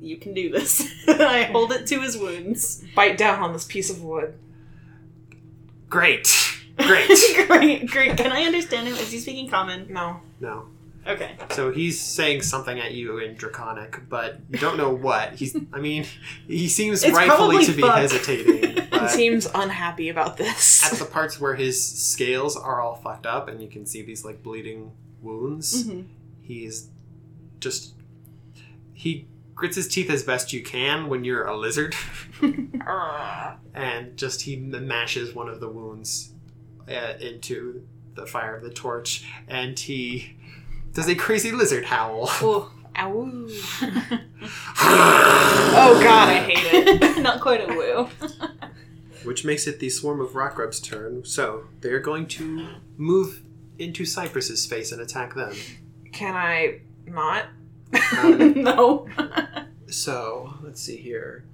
[SPEAKER 2] you can do this." I hold it to his wounds.
[SPEAKER 3] Bite down on this piece of wood.
[SPEAKER 1] Great. Great.
[SPEAKER 2] great, great. Can I understand him? Is he speaking common?
[SPEAKER 3] No.
[SPEAKER 1] no.
[SPEAKER 2] Okay.
[SPEAKER 1] So he's saying something at you in Draconic, but you don't know what. He's. I mean, he seems
[SPEAKER 2] It's
[SPEAKER 1] rightfully
[SPEAKER 2] probably
[SPEAKER 1] to be
[SPEAKER 2] fuck.
[SPEAKER 1] hesitating.
[SPEAKER 3] He
[SPEAKER 1] but-
[SPEAKER 3] seems unhappy about this.
[SPEAKER 1] at the parts where his scales are all fucked up and you can see these like bleeding
[SPEAKER 3] Mm-hmm.
[SPEAKER 1] wounds
[SPEAKER 2] Mhm.
[SPEAKER 1] he's just he grits his teeth as best you can when you're a lizard
[SPEAKER 3] Arrgh.
[SPEAKER 1] and just he m- mashes one of the wounds uh, into the fire of the torch and he does a crazy lizard howl
[SPEAKER 2] Oh,
[SPEAKER 3] Ow. oh god, I hate it.
[SPEAKER 2] not quite a woo.
[SPEAKER 1] which makes it the swarm of rock grubs turn so they're going to move into cypress's face and attack them
[SPEAKER 3] Can I not?
[SPEAKER 1] Um,
[SPEAKER 2] no.
[SPEAKER 1] So let's see here.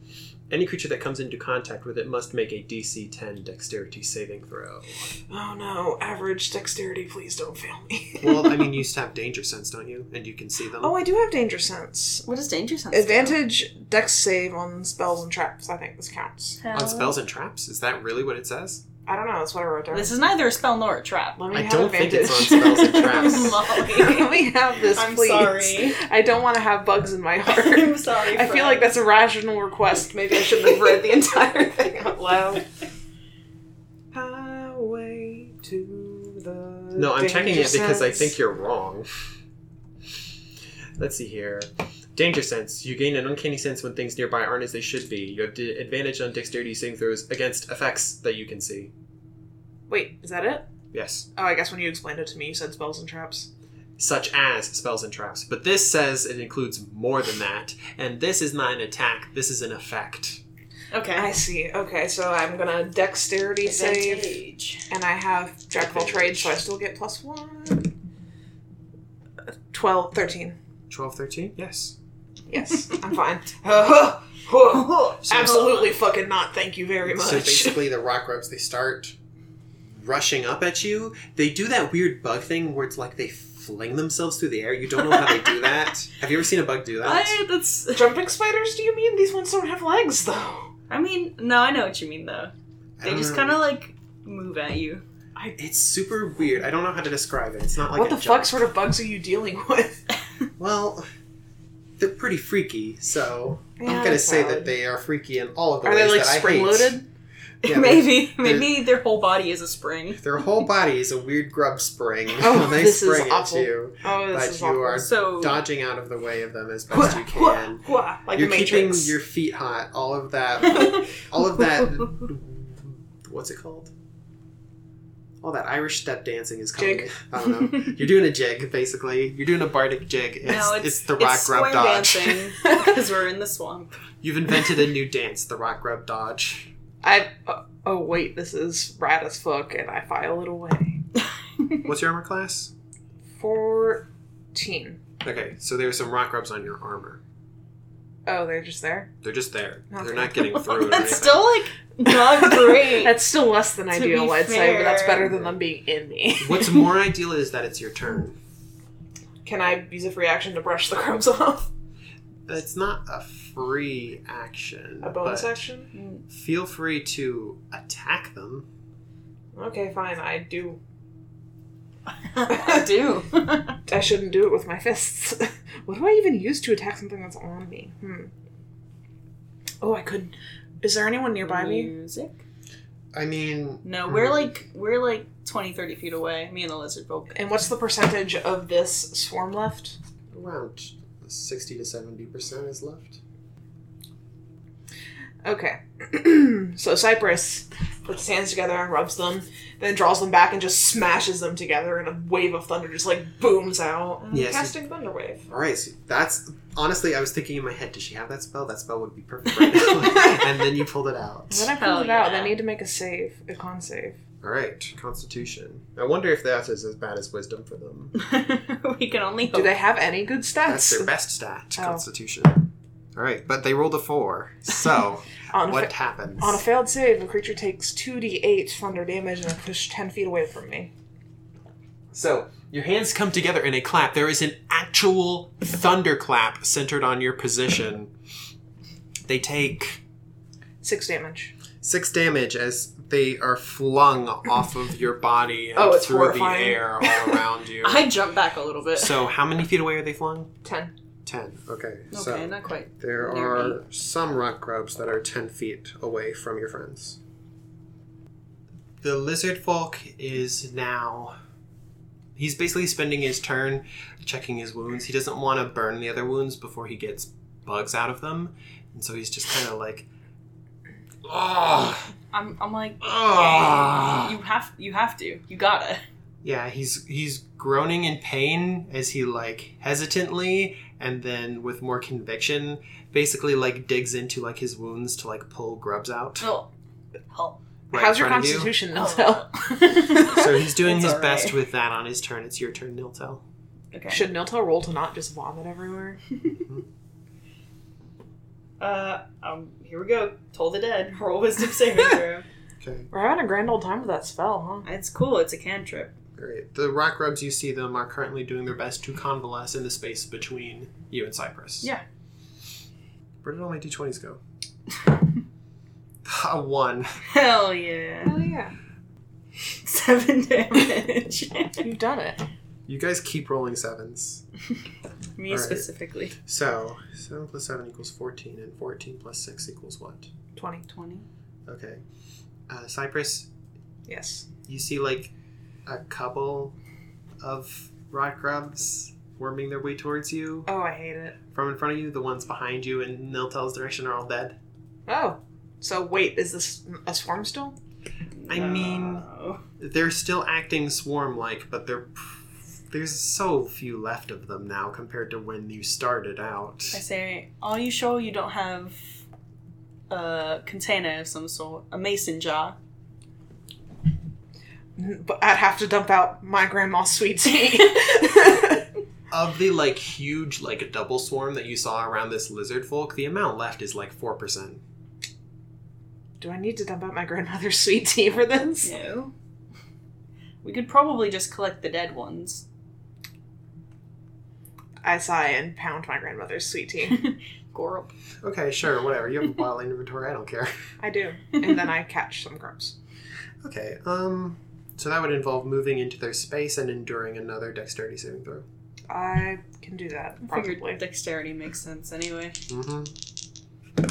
[SPEAKER 1] Any creature that comes into contact with it must make a DC 10 dexterity saving throw.
[SPEAKER 3] Oh no, average dexterity, please don't fail me.
[SPEAKER 1] Well, I mean, you used to have danger sense, don't you? And you can see them.
[SPEAKER 3] oh, I do have danger sense.
[SPEAKER 2] What is danger sense?
[SPEAKER 3] Advantage dex save on spells and traps. I think this counts.
[SPEAKER 1] On spells and traps? Is that really what it says?
[SPEAKER 3] I don't know, that's what I wrote down.
[SPEAKER 2] This is neither a spell nor a trap.
[SPEAKER 3] Let me
[SPEAKER 1] I
[SPEAKER 3] have
[SPEAKER 1] don't think
[SPEAKER 3] advantage.
[SPEAKER 1] it's on spells and traps.
[SPEAKER 3] Let
[SPEAKER 2] Molly.
[SPEAKER 3] me have this,
[SPEAKER 2] I'm
[SPEAKER 3] please.
[SPEAKER 2] sorry.
[SPEAKER 3] I don't want to have bugs in my heart.
[SPEAKER 2] I'm sorry.
[SPEAKER 3] I feel like
[SPEAKER 2] Fred.
[SPEAKER 3] that's a rational request. Maybe I shouldn't have read the entire thing out loud. Highway to the.
[SPEAKER 1] No, I'm checking
[SPEAKER 3] danger
[SPEAKER 1] it because I
[SPEAKER 3] sense.
[SPEAKER 1] think you're wrong. Let's see here. Danger sense. You gain an uncanny sense when things nearby aren't as they should be. You have d- advantage on dexterity saving throws against effects that you can see.
[SPEAKER 3] Wait, is that it?
[SPEAKER 1] Yes.
[SPEAKER 3] Oh, I guess when you explained it to me, you said spells and traps.
[SPEAKER 1] such as spells and traps. But this says it includes more than that, and this is not an attack, this is an effect.
[SPEAKER 2] okay.
[SPEAKER 3] I see. Okay, so I'm gonna dexterity save,
[SPEAKER 2] Advantage.
[SPEAKER 3] and I have jack of all trades, so I still get plus one. 12, 13.
[SPEAKER 1] 12, 13? Yes.
[SPEAKER 3] Yes, I'm fine.
[SPEAKER 1] Oh,
[SPEAKER 3] Absolutely fucking not. Thank you very much.
[SPEAKER 1] So basically, the rock robes, they start rushing up at you, they do that weird bug thing where it's like they fling themselves through the air. You don't know how they do that. Have you ever seen a bug do that?
[SPEAKER 2] I, that's.
[SPEAKER 3] Jumping spiders, do you mean? These ones don't have legs, though.
[SPEAKER 2] I mean, no, I know what you mean though.
[SPEAKER 1] I
[SPEAKER 2] They
[SPEAKER 1] don't
[SPEAKER 2] just
[SPEAKER 1] know.
[SPEAKER 2] kind of like move at you.
[SPEAKER 1] It's super weird. I don't know how to describe it. It's not like
[SPEAKER 3] what
[SPEAKER 1] a
[SPEAKER 3] the
[SPEAKER 1] jump.
[SPEAKER 3] fuck sort of bugs are you dealing with?
[SPEAKER 1] Well, they're pretty freaky, so
[SPEAKER 3] Yeah,
[SPEAKER 1] I'm gonna
[SPEAKER 3] that's
[SPEAKER 1] say
[SPEAKER 3] valid.
[SPEAKER 1] that they are freaky in all of the
[SPEAKER 3] Are
[SPEAKER 1] ways
[SPEAKER 3] they like
[SPEAKER 1] that I hate.
[SPEAKER 3] spring loaded?
[SPEAKER 1] Yeah,
[SPEAKER 2] maybe, maybe their whole body is a spring.
[SPEAKER 1] Their whole body is a weird grub spring
[SPEAKER 3] Oh,
[SPEAKER 1] when they
[SPEAKER 3] this is
[SPEAKER 1] spring at
[SPEAKER 3] awful.
[SPEAKER 1] you,
[SPEAKER 3] Oh, this
[SPEAKER 1] but
[SPEAKER 3] is
[SPEAKER 1] you
[SPEAKER 3] awful.
[SPEAKER 1] are
[SPEAKER 2] So-
[SPEAKER 1] dodging out of the way of them as best you
[SPEAKER 3] Hua,
[SPEAKER 1] can.
[SPEAKER 3] hua, like
[SPEAKER 1] You're
[SPEAKER 3] the
[SPEAKER 1] keeping
[SPEAKER 3] Matrix.
[SPEAKER 1] your feet hot. All of that, all of that. What's it called? All that Irish step dancing is coming.
[SPEAKER 3] Jig.
[SPEAKER 1] I don't know. You're doing a jig, basically. You're doing a bardic jig. It's,
[SPEAKER 2] no, it's,
[SPEAKER 1] the rock
[SPEAKER 2] it's
[SPEAKER 1] grub
[SPEAKER 2] square
[SPEAKER 1] dodge.
[SPEAKER 2] dancing because we're in the swamp.
[SPEAKER 1] You've invented a new dance, the rock grub dodge.
[SPEAKER 3] I. oh, oh wait, this is rad as fuck, and I file it away.
[SPEAKER 1] What's your armor class?
[SPEAKER 3] Fourteen.
[SPEAKER 1] Okay, so there's some rock grubs on your armor.
[SPEAKER 3] Oh, they're just there.
[SPEAKER 1] They're just there. They're
[SPEAKER 3] Okay.
[SPEAKER 1] not getting through. or
[SPEAKER 2] That's
[SPEAKER 1] anything.
[SPEAKER 2] still like not great.
[SPEAKER 3] That's still less than
[SPEAKER 2] To
[SPEAKER 3] ideal,
[SPEAKER 2] be
[SPEAKER 3] I'd say, but that's
[SPEAKER 2] fair.
[SPEAKER 3] better than them being in me.
[SPEAKER 1] What's more ideal is that it's your turn.
[SPEAKER 3] Can I use a free action to brush the crumbs off?
[SPEAKER 1] It's not a free action.
[SPEAKER 3] A bonus
[SPEAKER 1] but
[SPEAKER 3] action?
[SPEAKER 1] Feel free to attack them.
[SPEAKER 3] Okay, fine. I do.
[SPEAKER 2] I do.
[SPEAKER 3] I shouldn't do it with my fists. what do I even use to attack something that's on me? Hmm. Oh, I could. Is there anyone nearby me?
[SPEAKER 2] Music?
[SPEAKER 1] I mean,
[SPEAKER 2] No, we're like we're like 20, 30 feet away. Me and the lizard folk.
[SPEAKER 3] And what's the percentage of this swarm left?
[SPEAKER 1] around sixty to seventy percent is left.
[SPEAKER 3] Okay. so Cypress puts his hands together and rubs them, then draws them back and just smashes them together, and a wave of thunder just like booms out. Um,
[SPEAKER 1] Mm, Yes.
[SPEAKER 3] Casting thunder wave.
[SPEAKER 1] All right, so that's honestly, I was thinking in my head, does she have that spell? That spell would be perfect right now. and then you pulled it out.
[SPEAKER 3] When I pulled
[SPEAKER 2] Hell
[SPEAKER 3] it out,
[SPEAKER 2] yeah.
[SPEAKER 3] I need to make a save, a con save.
[SPEAKER 1] All right, Constitution. I wonder if that is as bad as Wisdom for them.
[SPEAKER 2] we can only hope.
[SPEAKER 3] Do they have any good
[SPEAKER 1] Oh. That's
[SPEAKER 3] stats?
[SPEAKER 1] their best stat,
[SPEAKER 3] Oh.
[SPEAKER 1] Constitution. All right, but they rolled a four. So
[SPEAKER 3] on, a
[SPEAKER 1] what
[SPEAKER 3] fa-
[SPEAKER 1] happens?
[SPEAKER 3] on a failed save, a creature takes 2d8 thunder damage and is pushed 10 feet away from me.
[SPEAKER 1] So your hands come together in a clap. There is an actual thunderclap centered on your position. They take
[SPEAKER 3] 6 damage.
[SPEAKER 1] six damage as they are flung off of your body and
[SPEAKER 3] Oh, it's
[SPEAKER 1] through
[SPEAKER 3] horrifying.
[SPEAKER 1] the air all around you.
[SPEAKER 2] I jump back a little bit.
[SPEAKER 1] so how many feet away are they flung?
[SPEAKER 3] 10.
[SPEAKER 1] Ten. Okay.
[SPEAKER 2] okay,
[SPEAKER 1] so
[SPEAKER 2] not quite.
[SPEAKER 1] there
[SPEAKER 2] near
[SPEAKER 1] are some rock grubs that are ten feet away from your friends. The lizard folk is now he's basically spending his turn checking his wounds. He doesn't want to burn the other wounds before he gets bugs out of them, and so he's just kind of like, oh,
[SPEAKER 2] I'm, I'm like,
[SPEAKER 1] oh.
[SPEAKER 2] you have, you have to, you gotta.
[SPEAKER 1] Yeah, he's he's groaning in pain as he like hesitantly and then with more conviction, basically like digs into like his wounds to like pull grubs out.
[SPEAKER 2] Help, help.
[SPEAKER 1] right
[SPEAKER 3] How's
[SPEAKER 1] in
[SPEAKER 3] your
[SPEAKER 1] front of you.
[SPEAKER 3] constitution,
[SPEAKER 2] help.
[SPEAKER 3] Niltel?
[SPEAKER 1] So he's doing
[SPEAKER 2] It's
[SPEAKER 1] his
[SPEAKER 2] all
[SPEAKER 1] best
[SPEAKER 2] right.
[SPEAKER 1] with that on his turn. It's your turn, Niltel.
[SPEAKER 2] Okay.
[SPEAKER 3] Should Niltel roll to not just vomit everywhere?
[SPEAKER 2] Uh, um, here we go. Toll the dead. Roll wisdom saving throw.
[SPEAKER 1] Okay,
[SPEAKER 3] We're having a grand old time with that spell, huh?
[SPEAKER 2] It's cool. It's a cantrip.
[SPEAKER 1] great. The rock grubs you see them are currently doing their best to convalesce in the space between you and Cypress.
[SPEAKER 2] Yeah.
[SPEAKER 1] Where did all my d20s go? A one.
[SPEAKER 2] Hell yeah.
[SPEAKER 3] Oh, yeah.
[SPEAKER 2] Seven damage.
[SPEAKER 3] You've done it.
[SPEAKER 1] You guys keep rolling sevens.
[SPEAKER 2] Me
[SPEAKER 1] All right.
[SPEAKER 2] specifically.
[SPEAKER 1] So, 7 plus 7 equals 14, and 14 plus 6 equals what?
[SPEAKER 3] 20.
[SPEAKER 2] Twenty.
[SPEAKER 1] Okay. Uh, Cypress,
[SPEAKER 3] Yes.
[SPEAKER 1] you see like a couple of rock grubs worming their way towards you
[SPEAKER 3] Oh, I hate it.
[SPEAKER 1] from in front of you. The ones behind you in Niltel's direction are all dead.
[SPEAKER 3] Oh. So, wait, is this a swarm still?
[SPEAKER 1] I mean,
[SPEAKER 2] No.
[SPEAKER 1] they're still acting swarm like, but they're. There's so few left of them now compared to when you started out.
[SPEAKER 2] I say, are you sure you don't have a container of some sort, a mason jar?
[SPEAKER 3] N- But I'd have to dump out my grandma's sweet tea.
[SPEAKER 1] Of the like huge like double swarm that you saw around this lizard folk, the amount left is like four percent.
[SPEAKER 3] Do I need to dump out my grandmother's sweet tea for this?
[SPEAKER 2] No. We could probably just collect the dead ones.
[SPEAKER 3] I sigh and pound my grandmother's sweet tea.
[SPEAKER 2] Gorup.
[SPEAKER 1] Okay, sure, whatever. You have a wild inventory. I don't care.
[SPEAKER 3] I do. And then I catch some grubs.
[SPEAKER 1] Okay. Um. So that would involve moving into their space and enduring another dexterity saving throw.
[SPEAKER 3] I can do that,
[SPEAKER 2] I figured
[SPEAKER 3] probably.
[SPEAKER 2] dexterity makes sense anyway.
[SPEAKER 1] Mm-hmm.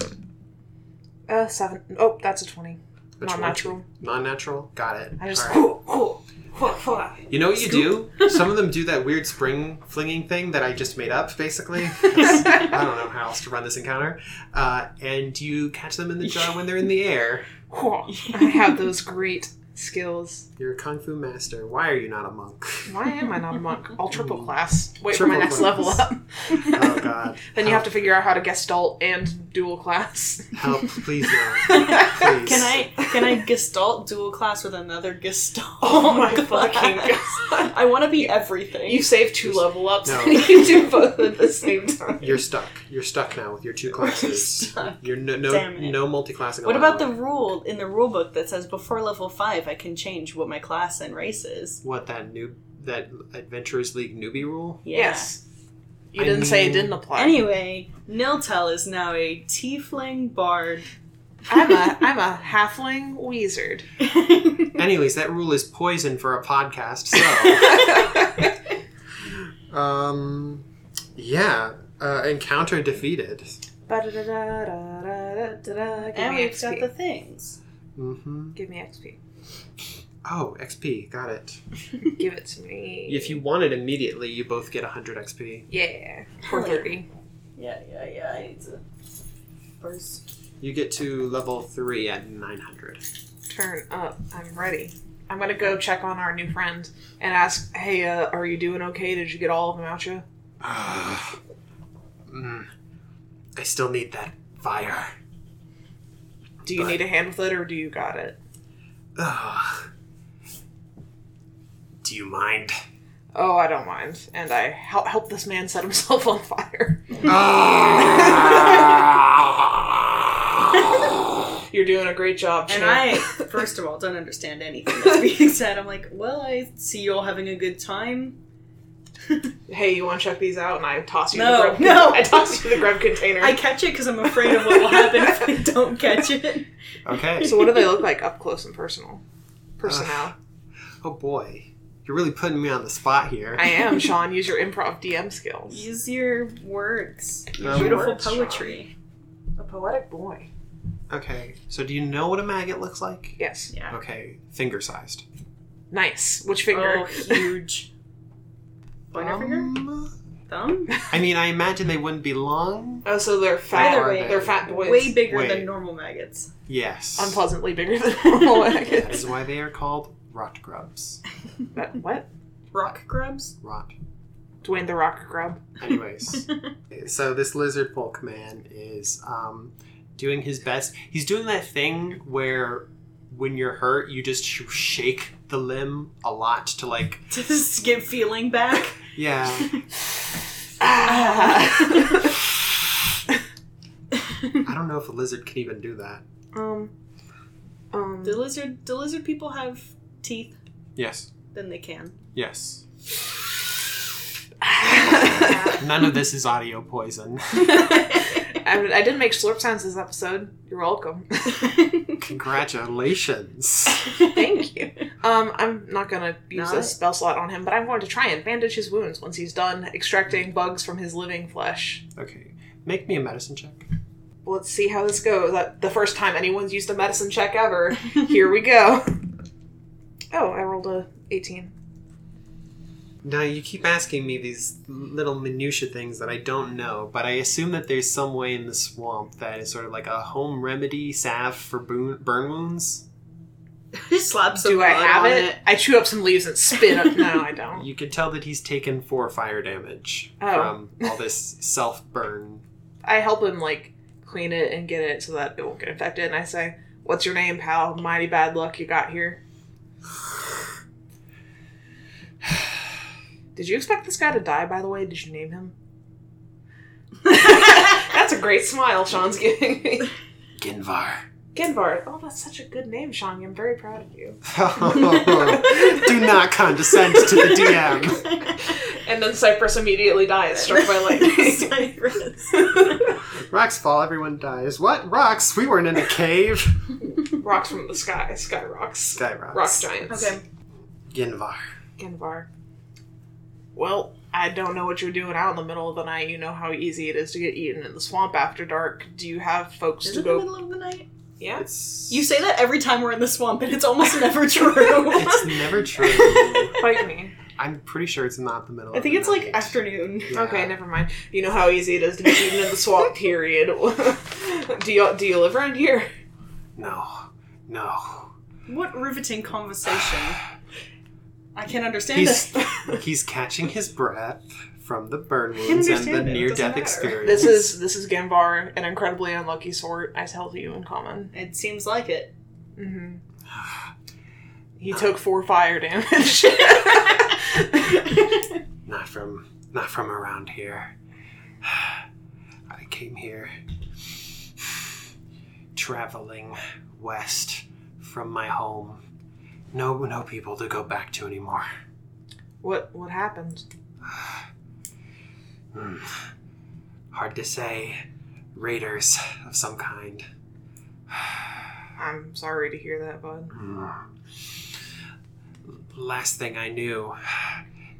[SPEAKER 3] Uh, seven. Oh, that's a 20. Not natural.
[SPEAKER 1] Non-natural. Got it.
[SPEAKER 3] I just.
[SPEAKER 1] All right.
[SPEAKER 3] What
[SPEAKER 1] You know what you do? Some of them do that weird spring flinging thing that I just made up, basically. 'cause I don't know how else to run this encounter. Uh, and you catch them in the jaw when they're in the air.
[SPEAKER 3] I have those great skills.
[SPEAKER 1] You're a kung fu master. Why are you not a monk?
[SPEAKER 3] Why am I not a monk? I'll triple class. Wait for
[SPEAKER 1] Triple
[SPEAKER 3] my next
[SPEAKER 1] class.
[SPEAKER 3] level up.
[SPEAKER 1] Oh God.
[SPEAKER 3] then you have to figure out how to Gestalt and dual class.
[SPEAKER 1] Help, please no. Please.
[SPEAKER 2] Can I can I gestalt dual class with another gestalt?
[SPEAKER 3] Oh my
[SPEAKER 2] class?
[SPEAKER 3] fucking god.
[SPEAKER 2] I want to be everything.
[SPEAKER 3] You save two level ups
[SPEAKER 1] No.
[SPEAKER 3] and you do both at the same time.
[SPEAKER 1] You're stuck. You're stuck now with your two classes.
[SPEAKER 2] stuck.
[SPEAKER 1] You're no no,
[SPEAKER 2] Damn it.
[SPEAKER 1] no multi-classing.
[SPEAKER 2] What about the
[SPEAKER 1] allowed.
[SPEAKER 2] rule in the rule book that says before level five I can change what my class and race is?
[SPEAKER 1] what that new that Adventurers League newbie rule?
[SPEAKER 2] Yeah.
[SPEAKER 3] Yes. You
[SPEAKER 1] I
[SPEAKER 3] didn't say it
[SPEAKER 1] mean-
[SPEAKER 3] didn't apply.
[SPEAKER 2] Anyway, Niltel is now a tiefling bard.
[SPEAKER 3] I'm a I'm a halfling wizard.
[SPEAKER 1] Anyways, that rule is poison for a podcast. So, um, yeah, uh, encounter defeated.
[SPEAKER 3] Ba-da-da-da-da-da-da-da. Give
[SPEAKER 2] and
[SPEAKER 3] me
[SPEAKER 2] we've got the
[SPEAKER 3] XP.
[SPEAKER 2] things.
[SPEAKER 1] hmm
[SPEAKER 3] Give me XP.
[SPEAKER 1] Oh, XP, got it.
[SPEAKER 3] Give it to me.
[SPEAKER 1] If you want it immediately, you both get 100 XP.
[SPEAKER 3] Yeah. For
[SPEAKER 2] Hell yeah.
[SPEAKER 3] thirty.
[SPEAKER 2] Yeah, yeah, yeah. I need to. First.
[SPEAKER 1] You get to level three at 900.
[SPEAKER 3] Turn up. I'm ready. I'm gonna go check on our new friend and ask, "Hey, uh, are you doing okay? Did you get all of them out you?"
[SPEAKER 1] Ah. mm, I still need that fire.
[SPEAKER 3] Do you
[SPEAKER 1] But-
[SPEAKER 3] need a hand with it, or do you got it?
[SPEAKER 1] Ugh. Do you mind?
[SPEAKER 3] Oh, I don't mind. And I help, help this man set himself on fire. You're doing a great job,
[SPEAKER 2] And I,
[SPEAKER 3] champ.
[SPEAKER 2] first of all, don't understand anything that's being said. I'm like, well, I see you all having a good time.
[SPEAKER 3] Hey, you want to check these out? And I toss you
[SPEAKER 2] No,
[SPEAKER 3] the grub.
[SPEAKER 2] no.
[SPEAKER 3] I toss you the grub container.
[SPEAKER 2] I catch it because I'm afraid of what will happen if I don't catch it.
[SPEAKER 1] Okay.
[SPEAKER 3] so, what do they look like up close and personal? Personnel.
[SPEAKER 1] Oh boy, you're really putting me on the spot here.
[SPEAKER 3] I am Sean. Use your improv DM skills.
[SPEAKER 2] Use your words. Your
[SPEAKER 1] Um,
[SPEAKER 2] beautiful
[SPEAKER 1] words,
[SPEAKER 2] poetry.
[SPEAKER 3] A poetic boy.
[SPEAKER 1] Okay, so do you know what a maggot looks like?
[SPEAKER 3] Yes.
[SPEAKER 2] Yeah.
[SPEAKER 1] Okay, finger sized.
[SPEAKER 3] Nice. Which finger?
[SPEAKER 2] Oh, huge. Pointer finger?
[SPEAKER 1] Um,
[SPEAKER 2] Thumb?
[SPEAKER 1] I mean, I imagine they wouldn't be long.
[SPEAKER 3] Oh, so they're
[SPEAKER 2] Either
[SPEAKER 3] fat.
[SPEAKER 2] way.
[SPEAKER 3] They're fat boys.
[SPEAKER 2] Way bigger
[SPEAKER 1] Wait.
[SPEAKER 2] than normal maggots.
[SPEAKER 1] Yes.
[SPEAKER 3] Unpleasantly bigger than normal
[SPEAKER 1] That
[SPEAKER 3] maggots.
[SPEAKER 1] is why they are called rot grubs.
[SPEAKER 3] But what?
[SPEAKER 2] Rock grubs?
[SPEAKER 1] Rot.
[SPEAKER 3] Dwayne the Rock Grub.
[SPEAKER 1] Anyways, so this lizard folk man is um, doing his best. He's doing that thing where when you're hurt, you just sh- shake the limb a lot to like,
[SPEAKER 2] Just get feeling back.
[SPEAKER 1] yeah.
[SPEAKER 3] Ah.
[SPEAKER 1] I don't know if a lizard can even do that.
[SPEAKER 3] um. Um.
[SPEAKER 2] Do lizard do lizard people have teeth?
[SPEAKER 1] Yes.
[SPEAKER 2] Then they can.
[SPEAKER 1] Yes. None of this is audio poison.
[SPEAKER 3] I, I did make slurp sounds this episode. You're welcome.
[SPEAKER 1] Congratulations.
[SPEAKER 3] Thank you. Um, I'm not gonna use
[SPEAKER 2] Not
[SPEAKER 3] a
[SPEAKER 2] it.
[SPEAKER 3] spell slot on him, but I'm going to try and bandage his wounds once he's done extracting bugs from his living flesh.
[SPEAKER 1] Okay. Make me a medicine check.
[SPEAKER 3] Let's see how this goes. That- The first time anyone's used a medicine check ever. Here we go. Oh, I rolled a 18.
[SPEAKER 1] Now, you keep asking me these little minutia things that I don't know, but I assume that there's some way in the swamp that is sort of like a home remedy salve for boon- burn wounds.
[SPEAKER 2] Slap some
[SPEAKER 3] Do I
[SPEAKER 2] blood
[SPEAKER 3] have
[SPEAKER 2] on
[SPEAKER 3] it? I chew up some leaves and spit up. No, I don't.
[SPEAKER 1] You can tell that he's taken four fire damage
[SPEAKER 3] Oh.
[SPEAKER 1] from all this self burn.
[SPEAKER 3] I help him like clean it and get it so that it won't get infected. And I say, "What's your name, pal? Mighty bad luck you got here." Did you expect this guy to die? By the way, did you name him? That's a great smile Sean's giving me.
[SPEAKER 1] Ginvar.
[SPEAKER 3] Genvard. Oh, that's such a good name, Shang. I'm very proud of you.
[SPEAKER 1] Do not condescend to the DM.
[SPEAKER 3] And then Cypress immediately dies, struck by lightning.
[SPEAKER 2] Cyrus.
[SPEAKER 1] Rocks fall, everyone dies. What? Rocks? We weren't in a cave.
[SPEAKER 3] rocks from the sky. Sky rocks.
[SPEAKER 1] Sky rocks.
[SPEAKER 3] Rock giants.
[SPEAKER 2] okay.
[SPEAKER 1] Ginvar.
[SPEAKER 3] Genvar. Well, I don't know what you're doing out in the middle of the night. You know how easy it is to get eaten in the swamp after dark. Do you have folks
[SPEAKER 2] Is
[SPEAKER 3] to
[SPEAKER 2] it the
[SPEAKER 3] go?
[SPEAKER 2] middle of the night?
[SPEAKER 3] yeah.
[SPEAKER 2] You say that every time we're in the swamp, and it's almost never true.
[SPEAKER 1] It's never true.
[SPEAKER 3] Fight me.
[SPEAKER 1] I'm pretty sure it's not the middle.
[SPEAKER 3] I
[SPEAKER 1] of
[SPEAKER 3] think
[SPEAKER 1] the
[SPEAKER 3] it's like
[SPEAKER 1] night.
[SPEAKER 2] Afternoon.
[SPEAKER 1] Yeah.
[SPEAKER 3] Okay, never mind. You know how easy it is to get eaten in the swamp. Period. do you do you live around here?
[SPEAKER 1] No, no.
[SPEAKER 2] What riveting conversation. I can't understand
[SPEAKER 1] He's
[SPEAKER 2] it.
[SPEAKER 1] he's catching his breath from the burn
[SPEAKER 2] can
[SPEAKER 1] wounds and the
[SPEAKER 2] understand it. It
[SPEAKER 1] near death
[SPEAKER 2] doesn't matter.
[SPEAKER 1] experience.
[SPEAKER 3] This is this is Genvar, an incredibly unlucky sort. I tell you in common.
[SPEAKER 2] It seems like it.
[SPEAKER 3] hmm He took four fire damage.
[SPEAKER 1] not from not from around here. I came here traveling west from my home. No no people to go back to anymore.
[SPEAKER 3] what what happened?
[SPEAKER 1] Hmm. Hard to say. Raiders of some kind.
[SPEAKER 3] I'm sorry to hear that, bud.
[SPEAKER 1] Hmm. Last thing I knew,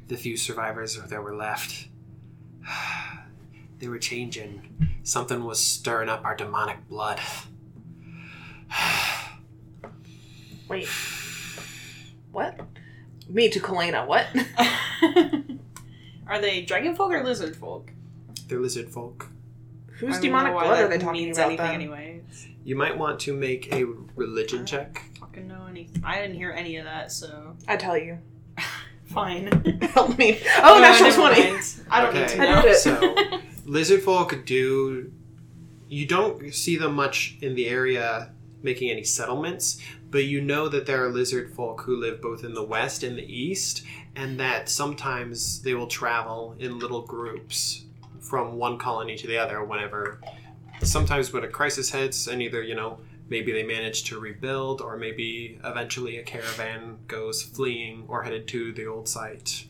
[SPEAKER 1] the few survivors that were left, they were changing. Something was stirring up our demonic blood.
[SPEAKER 3] Wait. What? Me to Kalena, what?
[SPEAKER 2] Are they dragon folk or lizard folk?
[SPEAKER 1] They're lizard folk.
[SPEAKER 3] Whose
[SPEAKER 2] I don't know
[SPEAKER 3] demonic
[SPEAKER 2] why
[SPEAKER 3] blood
[SPEAKER 2] that
[SPEAKER 3] are they talking
[SPEAKER 2] means
[SPEAKER 3] about
[SPEAKER 2] anything
[SPEAKER 3] then?
[SPEAKER 2] anyway. It's
[SPEAKER 1] You might want to make a religion check.
[SPEAKER 2] fucking know anything. I didn't hear any of that, so
[SPEAKER 3] I tell you.
[SPEAKER 2] fine.
[SPEAKER 3] Help me. Oh,
[SPEAKER 2] No,
[SPEAKER 3] natural
[SPEAKER 2] never
[SPEAKER 3] 20.
[SPEAKER 2] mind. I don't need
[SPEAKER 1] Okay.
[SPEAKER 2] to
[SPEAKER 3] I
[SPEAKER 2] know.
[SPEAKER 3] did it.
[SPEAKER 1] So, lizard folk do. You don't see them much in the area making any settlements, but you know that there are lizard folk who live both in the west and the east, and that sometimes they will travel in little groups from one colony to the other whenever. Sometimes when a crisis hits, and either, you know, maybe they manage to rebuild, or maybe eventually a caravan goes fleeing or headed to the old site.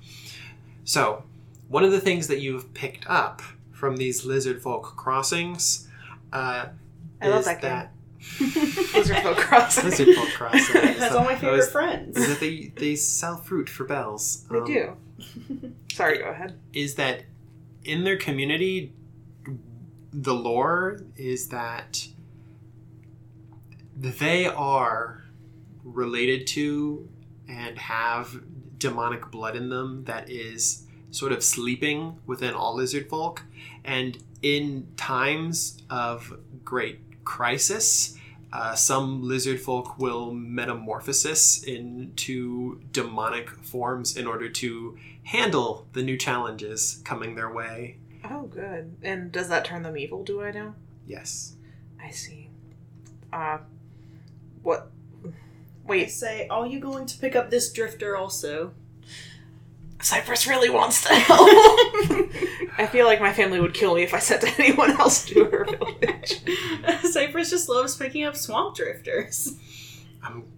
[SPEAKER 1] So, one of the things that you've picked up from these lizard folk crossings uh,
[SPEAKER 3] I love
[SPEAKER 1] is
[SPEAKER 3] that game.
[SPEAKER 1] that
[SPEAKER 3] Lizard folk crossing.
[SPEAKER 1] lizard folk crossings.
[SPEAKER 2] That's all my favorite
[SPEAKER 1] is- Is
[SPEAKER 2] friends.
[SPEAKER 1] that they they sell fruit for bells?
[SPEAKER 3] They
[SPEAKER 1] Um,
[SPEAKER 3] do. Sorry, go ahead.
[SPEAKER 1] Is that in their community? The lore is that they are related to and have demonic blood in them that is sort of sleeping within all lizard folk. And in times of great crisis, uh, some lizard folk will metamorphosis into demonic forms in order to handle the new challenges coming their way.
[SPEAKER 3] Oh, good. And does that turn them evil, do I know?
[SPEAKER 1] Yes.
[SPEAKER 3] I see. Uh, what?
[SPEAKER 2] I
[SPEAKER 3] Wait,
[SPEAKER 2] say, are you going to pick up this drifter also?
[SPEAKER 3] Cypress really wants to help. I feel like my family would kill me if I sent anyone else to her village.
[SPEAKER 2] Cypress just loves picking up swamp drifters.
[SPEAKER 1] I'm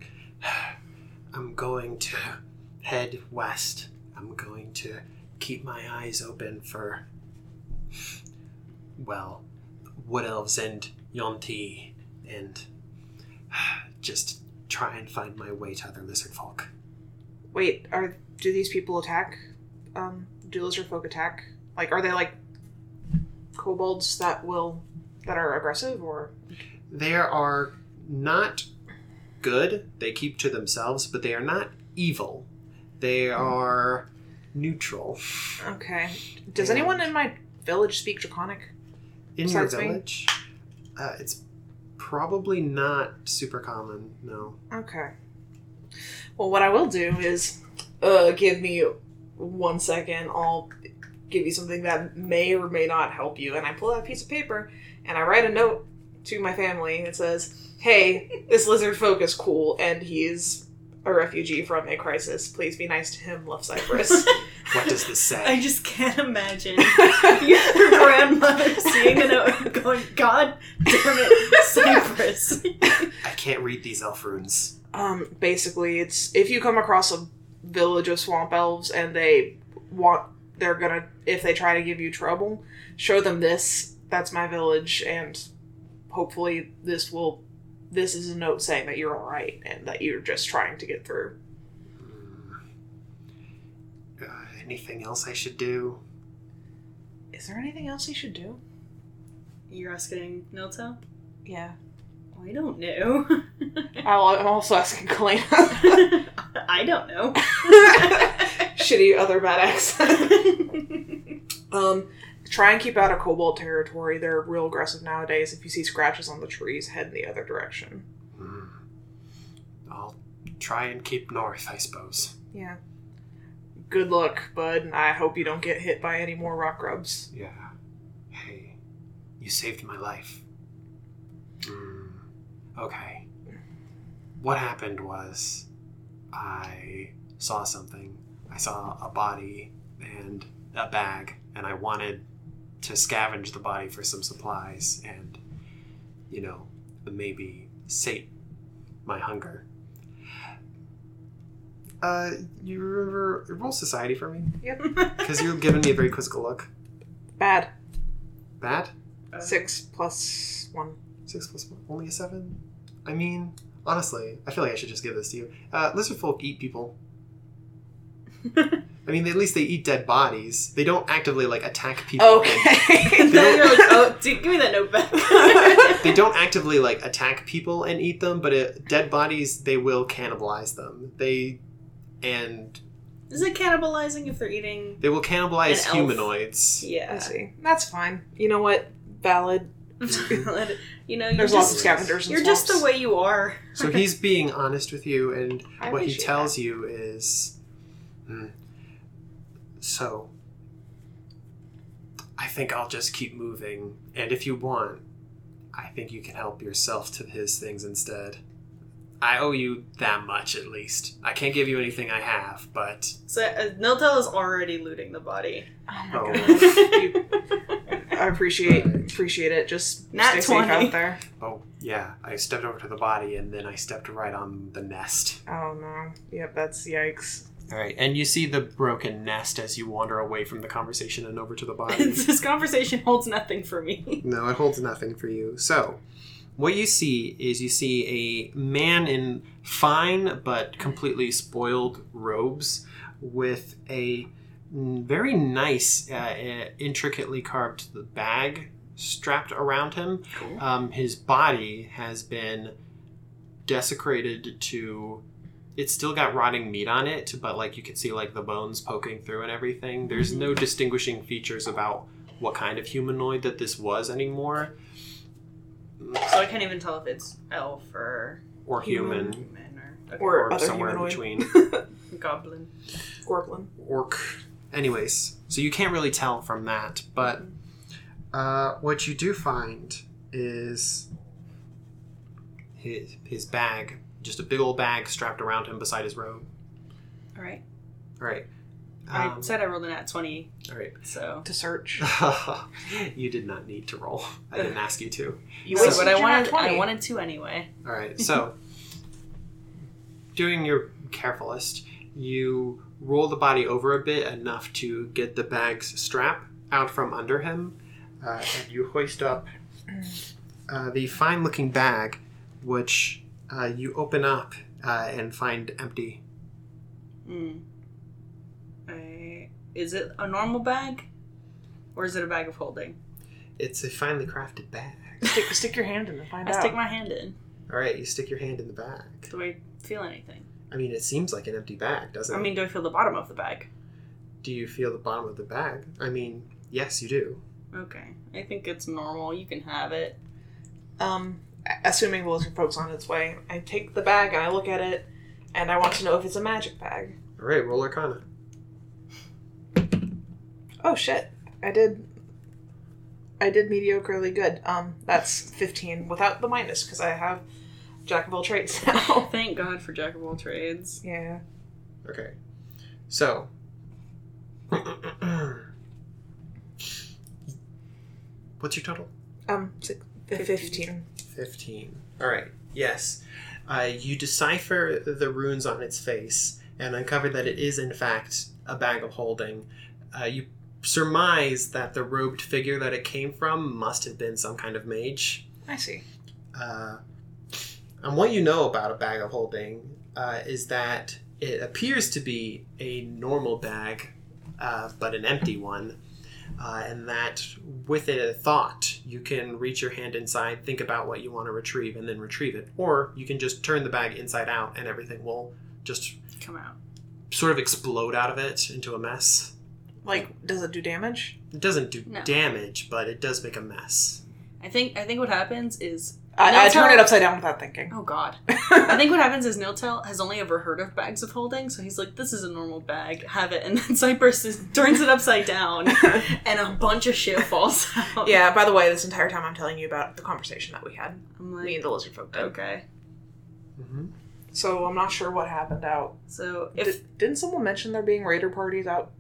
[SPEAKER 1] I'm going to head west. I'm going to keep my eyes open for well, wood elves and Yonti and just try and find my way to other lizard folk.
[SPEAKER 3] Wait, are do these people attack? Um, do lizard folk attack? Like, are they like kobolds that will that are aggressive or?
[SPEAKER 1] They are not good. They keep to themselves, but they are not evil. They are neutral.
[SPEAKER 3] Okay. Does anyone in my village speak Draconic?
[SPEAKER 1] In your
[SPEAKER 3] Besides me?
[SPEAKER 1] village, uh, it's probably not super common. No.
[SPEAKER 3] Okay. Well, what I will do is, uh, give me one second. I'll give you something that may or may not help you. And I pull out a piece of paper and I write a note to my family that says, "Hey, this lizard folk is cool, and he's a refugee from a crisis. Please be nice to him. Love Cyprus.
[SPEAKER 1] What does this say?
[SPEAKER 2] I just can't imagine your grandmother seeing it and going, God damn it, Cypress.
[SPEAKER 1] I can't read these elf runes.
[SPEAKER 3] um, basically, it's if you come across a village of swamp elves and they want, they're gonna if they try to give you trouble, show them this. That's my village, and hopefully this will. This is a note saying that you're all right and that you're just trying to get through.
[SPEAKER 1] Hmm. Uh, anything else I should do?
[SPEAKER 3] Is there anything else you should do?
[SPEAKER 2] You're asking Nilto?
[SPEAKER 3] Yeah.
[SPEAKER 2] I don't know.
[SPEAKER 3] I'll, I'm also asking Kalina.
[SPEAKER 2] I don't know.
[SPEAKER 3] Shitty other bad accent. Um, try and keep out of kobold territory. They're real aggressive nowadays. If you see scratches on the trees, head in the other direction.
[SPEAKER 1] Hmm. I'll try and keep north, I suppose.
[SPEAKER 3] Yeah. Good luck, bud. I hope you don't get hit by any more rock grubs.
[SPEAKER 1] Yeah. Hey, you saved my life. Hmm. Okay. What happened was I saw something. I saw a body and a bag, and I wanted to scavenge the body for some supplies and, you know, maybe sate my hunger. Uh, you remember roll society for me?
[SPEAKER 3] Yep.
[SPEAKER 1] Because you're giving me a very quizzical look.
[SPEAKER 3] Bad.
[SPEAKER 1] Bad?
[SPEAKER 2] Uh.
[SPEAKER 3] Six plus one.
[SPEAKER 1] Six plus one, only a seven. I mean, honestly, I feel like I should just give this to you. Uh, lizard folk eat people. I mean, at least they eat dead bodies. They don't actively like attack people.
[SPEAKER 3] Okay.
[SPEAKER 2] And then you're like, oh, dude, give me that note back.
[SPEAKER 1] They don't actively like attack people and eat them, but uh dead bodies they will cannibalize them. They and
[SPEAKER 2] Is it cannibalizing if they're eating?
[SPEAKER 1] they will cannibalize
[SPEAKER 2] An elf.
[SPEAKER 1] humanoids.
[SPEAKER 3] I
[SPEAKER 2] Yeah.
[SPEAKER 3] see. That's fine. You know what? Valid.
[SPEAKER 2] you know, you're
[SPEAKER 3] There's lots
[SPEAKER 2] just,
[SPEAKER 3] of scavengers. in
[SPEAKER 2] you're just the
[SPEAKER 3] swamps.
[SPEAKER 2] way you are.
[SPEAKER 1] So he's being honest with you, and
[SPEAKER 3] I
[SPEAKER 1] what he
[SPEAKER 3] appreciate
[SPEAKER 1] tells you is, "Hmm, so I think I'll just keep moving, and if you want, I think you can help yourself to his things instead. I owe you that much at least. I can't give you anything I have, but
[SPEAKER 2] So uh, Niltel is already looting the body.
[SPEAKER 3] Oh my
[SPEAKER 1] Oh.
[SPEAKER 3] goodness. You- I appreciate appreciate it. Just
[SPEAKER 2] Nat
[SPEAKER 3] stay safe
[SPEAKER 2] 20.
[SPEAKER 3] out there.
[SPEAKER 1] oh yeah, I stepped over to the body, and then I stepped right on the nest.
[SPEAKER 3] Oh no. Yep. That's yikes.
[SPEAKER 1] All right, and you see the broken nest as you wander away from the conversation and over to the body.
[SPEAKER 2] this conversation holds nothing for me.
[SPEAKER 1] No, it holds nothing for you. So, what you see is you see a man in fine but completely spoiled robes with a very nice, uh, uh, intricately carved bag strapped around him.
[SPEAKER 2] Cool.
[SPEAKER 1] Um, his body has been desecrated to. It's still got rotting meat on it, but like you can see, like the bones poking through and everything. There's
[SPEAKER 3] Mm-hmm.
[SPEAKER 1] no distinguishing features about what kind of humanoid that this was anymore,
[SPEAKER 2] So I can't even tell if it's elf or
[SPEAKER 1] or human,
[SPEAKER 2] human or, okay,
[SPEAKER 3] Or,
[SPEAKER 1] or
[SPEAKER 3] other
[SPEAKER 1] somewhere
[SPEAKER 3] humanoid.
[SPEAKER 1] in between.
[SPEAKER 2] goblin.
[SPEAKER 3] Gorblin.
[SPEAKER 1] orc. Anyways, so you can't really tell from that, but uh, what you do find is his his bag, just a big old bag strapped around him beside his robe.
[SPEAKER 2] All right.
[SPEAKER 1] All right.
[SPEAKER 2] I
[SPEAKER 1] Um,
[SPEAKER 2] said I rolled a nat twenty,
[SPEAKER 1] all right.
[SPEAKER 2] so.
[SPEAKER 3] To search.
[SPEAKER 1] you did not need to roll. I didn't ask you to.
[SPEAKER 3] You
[SPEAKER 2] so
[SPEAKER 3] wasted
[SPEAKER 2] but I
[SPEAKER 3] your
[SPEAKER 2] wanted,
[SPEAKER 3] 20.
[SPEAKER 2] I wanted to anyway.
[SPEAKER 1] All right, so doing your carefulest, you roll the body over a bit enough to get the bag's strap out from under him, uh, and you hoist up uh, the fine-looking bag, which uh, you open up uh, and find empty.
[SPEAKER 2] Mm. I, is it a normal bag, or is it a bag of holding?
[SPEAKER 1] It's a finely crafted bag.
[SPEAKER 3] Stick, stick your hand in and find
[SPEAKER 2] I
[SPEAKER 3] out.
[SPEAKER 2] stick my hand in.
[SPEAKER 1] All right, you stick your hand in the bag.
[SPEAKER 2] Do I feel anything?
[SPEAKER 1] I mean, it seems like an empty bag, doesn't
[SPEAKER 2] I
[SPEAKER 1] it?
[SPEAKER 2] mean, do I feel the bottom of the bag?
[SPEAKER 1] do you feel the bottom of the bag? I mean, yes, you do.
[SPEAKER 2] Okay. I think it's normal. You can have it.
[SPEAKER 3] um, assuming the lizard folk's on its way, I take the bag and I look at it, and I want to know if it's a magic bag.
[SPEAKER 1] All right, roll Arcana.
[SPEAKER 3] Oh shit! I did. I did mediocrely good. Um, that's fifteen without the minus because I have jack of all trades now.
[SPEAKER 2] Oh, Thank God for Jack of all trades.
[SPEAKER 3] yeah.
[SPEAKER 1] Okay. So. What's your total?
[SPEAKER 3] Um, si- fifteen.
[SPEAKER 2] Fifteen.
[SPEAKER 1] 15. All right. Yes. Uh, you decipher the runes on its face and uncover that it is, in fact, a bag of holding. Uh, you surmise that the robed figure that it came from must have been some kind of mage.
[SPEAKER 3] I see.
[SPEAKER 1] Uh, and what you know about a bag of holding uh, is that it appears to be a normal bag, uh, but an empty one. Uh, and that with a thought, you can reach your hand inside, think about what you want to retrieve, and then retrieve it. Or you can just turn the bag inside out, and everything will just
[SPEAKER 2] Come out.
[SPEAKER 1] sort of explode out of it into a mess.
[SPEAKER 3] Like, does it do damage?
[SPEAKER 1] It doesn't do
[SPEAKER 2] No.
[SPEAKER 1] damage, but it does make a mess.
[SPEAKER 2] I think I think what happens is
[SPEAKER 3] I, I
[SPEAKER 2] That's
[SPEAKER 3] turn
[SPEAKER 2] how-
[SPEAKER 3] it upside down without thinking.
[SPEAKER 2] oh god. I think what happens is Niltel has only ever heard of bags of holding, so he's like, "This is a normal bag, have it." And then Cypress is, turns it upside down,
[SPEAKER 3] Oh.
[SPEAKER 2] and a bunch of shit falls out.
[SPEAKER 3] yeah. By the way, this entire time I'm telling you about the conversation that we had,
[SPEAKER 2] I'm
[SPEAKER 3] me
[SPEAKER 2] like,
[SPEAKER 3] and the lizard folk did.
[SPEAKER 2] okay.
[SPEAKER 1] Mm-hmm.
[SPEAKER 3] So I'm not sure what happened out.
[SPEAKER 2] So if
[SPEAKER 3] Did, not someone mention there being raider parties out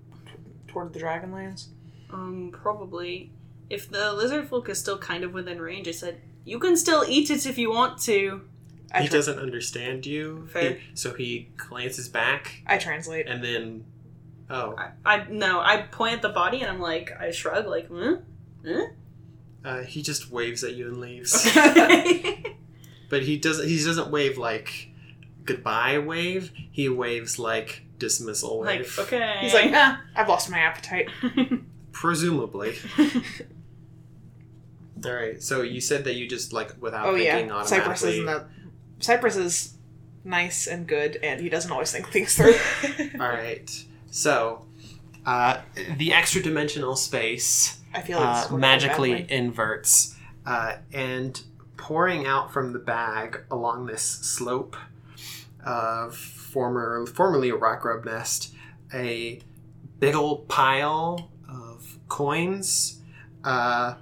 [SPEAKER 3] toward the Dragonlands?
[SPEAKER 2] um probably if the lizard folk is still kind of within range, I said you can still eat it if you want to.
[SPEAKER 3] I
[SPEAKER 1] He
[SPEAKER 3] tra-
[SPEAKER 1] doesn't understand you,
[SPEAKER 2] Fair.
[SPEAKER 1] He- so he glances back
[SPEAKER 3] I translate.
[SPEAKER 1] and then oh
[SPEAKER 2] I, I no, I point at the body and I'm like, I shrug like, "Hmm?" huh?
[SPEAKER 1] uh, he just waves at you and leaves
[SPEAKER 2] Okay.
[SPEAKER 1] but he doesn't he doesn't wave like goodbye wave he waves like dismissal
[SPEAKER 2] like
[SPEAKER 1] wave
[SPEAKER 2] okay.
[SPEAKER 3] He's like, "Ah." nah, I've lost my appetite.
[SPEAKER 1] presumably all right so you said that you just like without
[SPEAKER 3] oh
[SPEAKER 1] thinking
[SPEAKER 3] yeah, Cypress
[SPEAKER 1] automatically
[SPEAKER 3] isn't that. Cypress is nice and good, and he doesn't always think things through.
[SPEAKER 1] all right so uh, the extra dimensional space
[SPEAKER 3] I feel like this
[SPEAKER 1] uh,
[SPEAKER 3] is working
[SPEAKER 1] magically
[SPEAKER 3] badly.
[SPEAKER 1] inverts uh, and pouring out from the bag along this slope of former formerly a rock grub nest a big old pile of coins uh,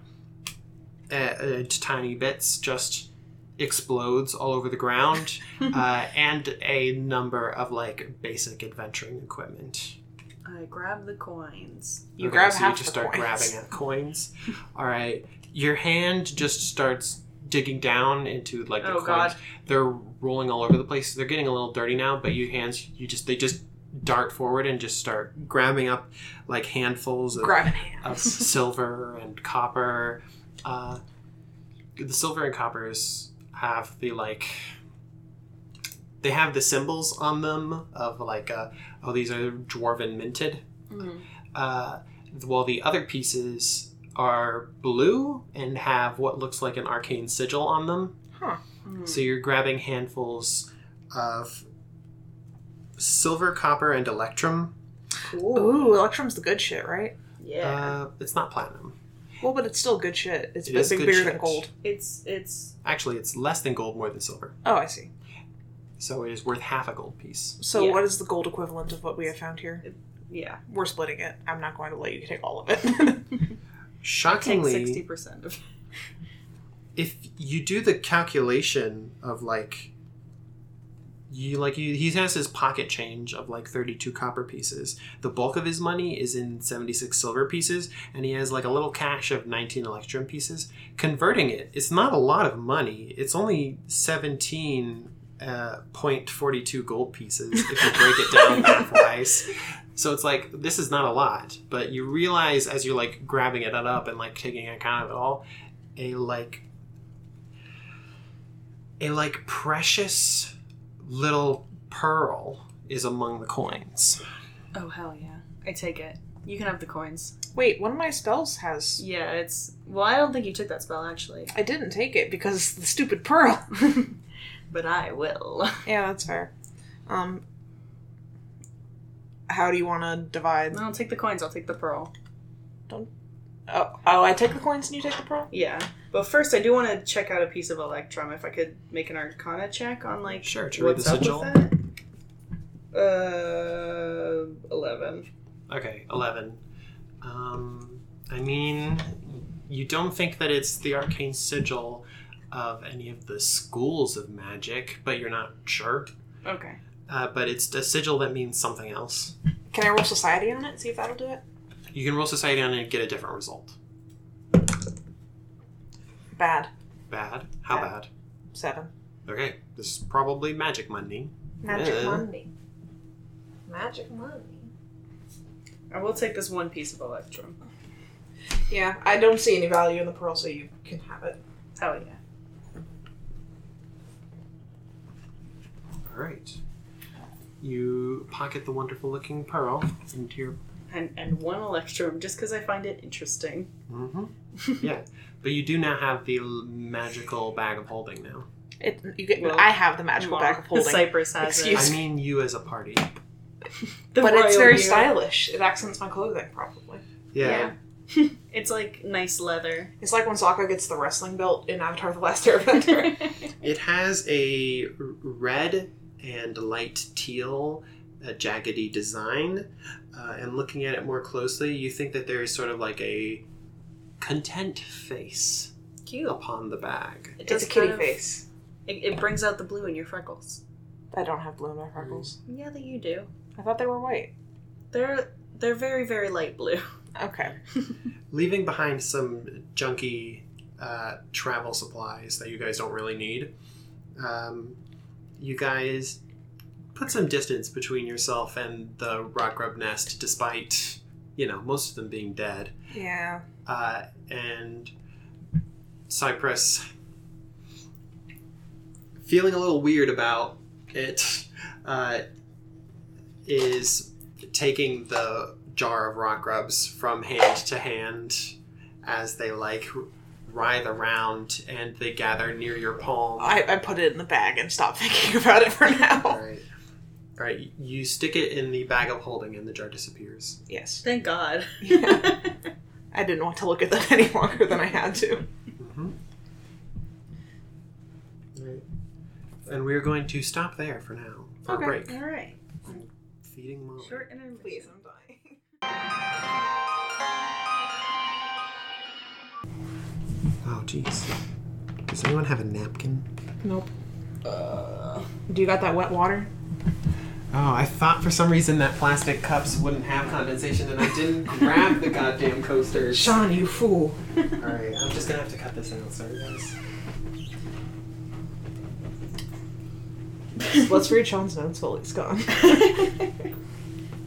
[SPEAKER 1] uh, into tiny bits just explodes all over the ground uh, and a number of like basic adventuring equipment
[SPEAKER 2] I grab the coins.
[SPEAKER 3] You
[SPEAKER 1] Okay,
[SPEAKER 3] grab
[SPEAKER 1] so
[SPEAKER 3] half
[SPEAKER 1] you just
[SPEAKER 3] the
[SPEAKER 1] start
[SPEAKER 3] coins.
[SPEAKER 1] grabbing at coins. All right, your hand just starts digging down into like the
[SPEAKER 2] Oh,
[SPEAKER 1] coins.
[SPEAKER 2] God.
[SPEAKER 1] They're rolling all over the place. They're getting a little dirty now, but your hands, you just they just dart forward and just start grabbing up like handfuls of,
[SPEAKER 3] grabbing hands.
[SPEAKER 1] of silver and copper. Uh, the silver and coppers have the like they have the symbols on them of like uh, oh these are dwarven minted
[SPEAKER 2] Mm-hmm.
[SPEAKER 1] uh, while the other pieces are blue and have what looks like an arcane sigil on them.
[SPEAKER 2] Hmm.
[SPEAKER 1] So you're grabbing handfuls of silver, copper, and electrum.
[SPEAKER 2] Cool.
[SPEAKER 3] Ooh, Electrum's the good shit, right?
[SPEAKER 2] Yeah.
[SPEAKER 1] Uh, it's not platinum.
[SPEAKER 3] Well, but it's still good shit. It's
[SPEAKER 1] It
[SPEAKER 3] a bit
[SPEAKER 1] is
[SPEAKER 3] big
[SPEAKER 1] good
[SPEAKER 3] bigger than
[SPEAKER 1] shit.
[SPEAKER 3] gold.
[SPEAKER 2] it's it's
[SPEAKER 1] Actually, it's less than gold, more than silver.
[SPEAKER 3] Oh, I see.
[SPEAKER 1] So it is worth half a gold piece.
[SPEAKER 3] So,
[SPEAKER 2] Yeah.
[SPEAKER 3] what is the gold equivalent of what we have found here?
[SPEAKER 2] yeah.
[SPEAKER 3] We're splitting it. I'm not going to let you take all of it.
[SPEAKER 2] Take
[SPEAKER 1] Shockingly,
[SPEAKER 2] sixty percent of
[SPEAKER 1] if you do the calculation of like you like you, he has his pocket change of like 32 copper pieces the bulk of his money is in 76 silver pieces and he has like a little cash of 19 electrum pieces converting it it's not a lot of money it's only 17 uh, 0.42 gold pieces if you break it down halfwise so it's like this is not a lot but you realize as you're like grabbing it up and like taking account of it all a like a like precious little pearl is among the coins.
[SPEAKER 2] Oh hell yeah. I take it. You can have the coins.
[SPEAKER 3] Wait, one of my spells has.
[SPEAKER 2] Yeah, it's well I don't think you took that spell actually.
[SPEAKER 3] I didn't take it because the stupid pearl.
[SPEAKER 2] but I will.
[SPEAKER 3] yeah, that's fair. Um, how do you want to divide?
[SPEAKER 2] I'll take the coins, I'll take the pearl.
[SPEAKER 3] Oh, oh, I take the coins and you take the pearl.
[SPEAKER 2] Yeah. But first I do want to check out a piece of Electrum if I could make an arcana check on like
[SPEAKER 1] Sure, to read
[SPEAKER 2] what's
[SPEAKER 1] the
[SPEAKER 2] up
[SPEAKER 1] sigil.
[SPEAKER 2] with that. Uh, eleven.
[SPEAKER 1] Okay, eleven. Um, I mean, you don't think that it's the arcane sigil, of any of the schools of magic, but you're not sure.
[SPEAKER 3] Okay.
[SPEAKER 1] Uh, but it's a sigil that means something else.
[SPEAKER 3] Can I roll society on it? See if that'll do it.
[SPEAKER 1] You can roll society on it and get a different result.
[SPEAKER 3] Bad.
[SPEAKER 1] Bad? How
[SPEAKER 3] Bad.
[SPEAKER 1] bad?
[SPEAKER 3] Seven.
[SPEAKER 1] Okay, this is probably magic money.
[SPEAKER 4] Magic
[SPEAKER 2] Uh.
[SPEAKER 1] Yeah.
[SPEAKER 4] Monday. Magic Monday.
[SPEAKER 2] I will take this one piece of electrum.
[SPEAKER 3] Yeah, I don't see any value in the pearl, so you can have it.
[SPEAKER 2] Oh yeah.
[SPEAKER 1] All right. You pocket the wonderful looking pearl into your.
[SPEAKER 2] And and one electrum just because I find it interesting.
[SPEAKER 1] hmm yeah, but you do now have the l- magical bag of holding now.
[SPEAKER 3] It. You get.
[SPEAKER 2] Well,
[SPEAKER 3] I have the magical
[SPEAKER 2] Well,
[SPEAKER 3] bag of holding,
[SPEAKER 2] Cypress has
[SPEAKER 3] Excuse-
[SPEAKER 2] it.
[SPEAKER 1] I mean, you as a party.
[SPEAKER 2] The
[SPEAKER 3] but it's
[SPEAKER 2] royal
[SPEAKER 3] very
[SPEAKER 2] you.
[SPEAKER 3] stylish. It accents my clothing, probably.
[SPEAKER 4] Yeah.
[SPEAKER 2] It's like nice leather.
[SPEAKER 3] It's like when Sokka gets the wrestling belt in Avatar: The Last Airbender.
[SPEAKER 1] It has a r- red and light teal uh, jaggedy design, uh, and looking at it more closely, you think that there is sort of like a content face
[SPEAKER 2] Cute.
[SPEAKER 1] upon the bag.
[SPEAKER 2] It
[SPEAKER 3] it's
[SPEAKER 2] does
[SPEAKER 3] a kitty
[SPEAKER 2] kind of-
[SPEAKER 3] face.
[SPEAKER 2] It, it brings out the blue in your freckles.
[SPEAKER 3] I don't have blue in my freckles.
[SPEAKER 2] Yeah, that you do.
[SPEAKER 3] I thought they were white.
[SPEAKER 2] They're they're very very light blue.
[SPEAKER 3] Okay.
[SPEAKER 1] leaving behind some junky uh, travel supplies that you guys don't really need. Um, you guys put some distance between yourself and the rock grub nest, despite you know most of them being dead.
[SPEAKER 3] Yeah.
[SPEAKER 1] Uh, and Cypress feeling a little weird about it uh, is taking the jar of rock grubs from hand to hand as they like writhe around and they gather near your palm.
[SPEAKER 3] I, I put it in the bag and stopped thinking about it for now.
[SPEAKER 1] Alright. Alright, you stick it in the bag of holding and the jar disappears.
[SPEAKER 3] Yes.
[SPEAKER 2] Thank God.
[SPEAKER 3] I didn't want to look at that any longer than I had to.
[SPEAKER 1] Mm-hmm. Right. And we're going to stop there for now for
[SPEAKER 3] Okay.
[SPEAKER 1] a break.
[SPEAKER 2] All right.
[SPEAKER 1] Feeding Molly.
[SPEAKER 2] Short interview.
[SPEAKER 3] I'm dying.
[SPEAKER 1] Oh, jeez. Does anyone have a napkin?
[SPEAKER 3] Nope. Uh. Do you got that wet water?
[SPEAKER 1] Oh, I thought for some reason that plastic cups wouldn't have condensation, and I didn't grab the goddamn coasters.
[SPEAKER 3] Sean, you fool.
[SPEAKER 1] All right, I'm just gonna have to cut this out. Sorry, guys.
[SPEAKER 3] Let's read Sean's notes while he's gone.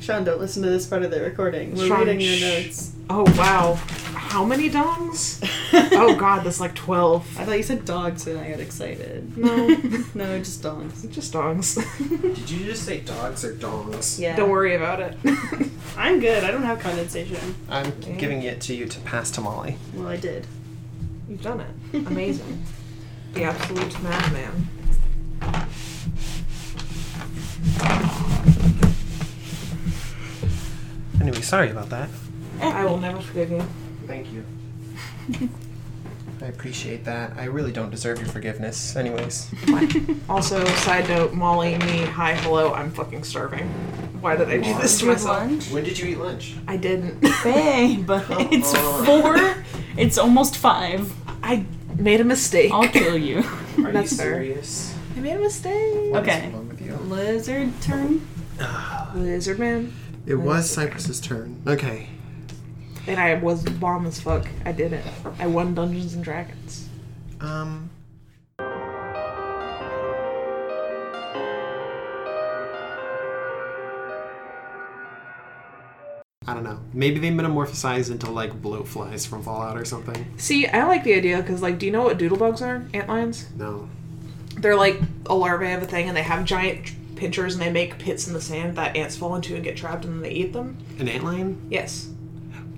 [SPEAKER 2] Sean, don't listen to this part of the recording. We're
[SPEAKER 3] Sean,
[SPEAKER 2] reading your
[SPEAKER 3] shh.
[SPEAKER 2] notes.
[SPEAKER 3] Oh, wow. How many dongs? Oh, God, that's like 12.
[SPEAKER 2] I thought you said dogs and I got excited.
[SPEAKER 3] No.
[SPEAKER 2] no, just dogs.
[SPEAKER 3] Just dongs.
[SPEAKER 1] Did you just say dogs or dongs?
[SPEAKER 2] Yeah.
[SPEAKER 3] Don't worry about it.
[SPEAKER 2] I'm good. I don't have condensation.
[SPEAKER 1] I'm giving it to you to pass to Molly.
[SPEAKER 2] Well, I did.
[SPEAKER 3] You've done it. Amazing. the absolute madman.
[SPEAKER 1] Anyway, sorry about that.
[SPEAKER 3] I will never forgive you.
[SPEAKER 1] Thank you. I appreciate that. I really don't deserve your forgiveness. Anyways.
[SPEAKER 3] Also, side note, Molly, me, hi, hello, I'm fucking starving. Why did I do this to myself?
[SPEAKER 1] When did you eat lunch?
[SPEAKER 3] I didn't.
[SPEAKER 5] Babe, but it's
[SPEAKER 1] on.
[SPEAKER 5] four. It's almost five.
[SPEAKER 3] I made a mistake.
[SPEAKER 5] I'll kill you.
[SPEAKER 1] Are
[SPEAKER 3] That's
[SPEAKER 1] you
[SPEAKER 3] fair.
[SPEAKER 1] serious?
[SPEAKER 3] I made a mistake.
[SPEAKER 1] What is
[SPEAKER 5] Okay.
[SPEAKER 1] wrong with you?
[SPEAKER 5] Lizard turn.
[SPEAKER 3] Lizard man.
[SPEAKER 1] It was Cypress's turn. Okay.
[SPEAKER 3] And I was bomb as fuck. I did it. I won Dungeons and Dragons.
[SPEAKER 1] Um. I don't know. Maybe they metamorphosize into like blowflies from Fallout or something.
[SPEAKER 3] See, I like the idea because, like, do you know what doodlebugs are? Antlions?
[SPEAKER 1] No.
[SPEAKER 3] They're like a larvae of a thing and they have giant pinchers and they make pits in the sand that ants fall into and get trapped and then they eat them.
[SPEAKER 1] An antlion?
[SPEAKER 3] Yes.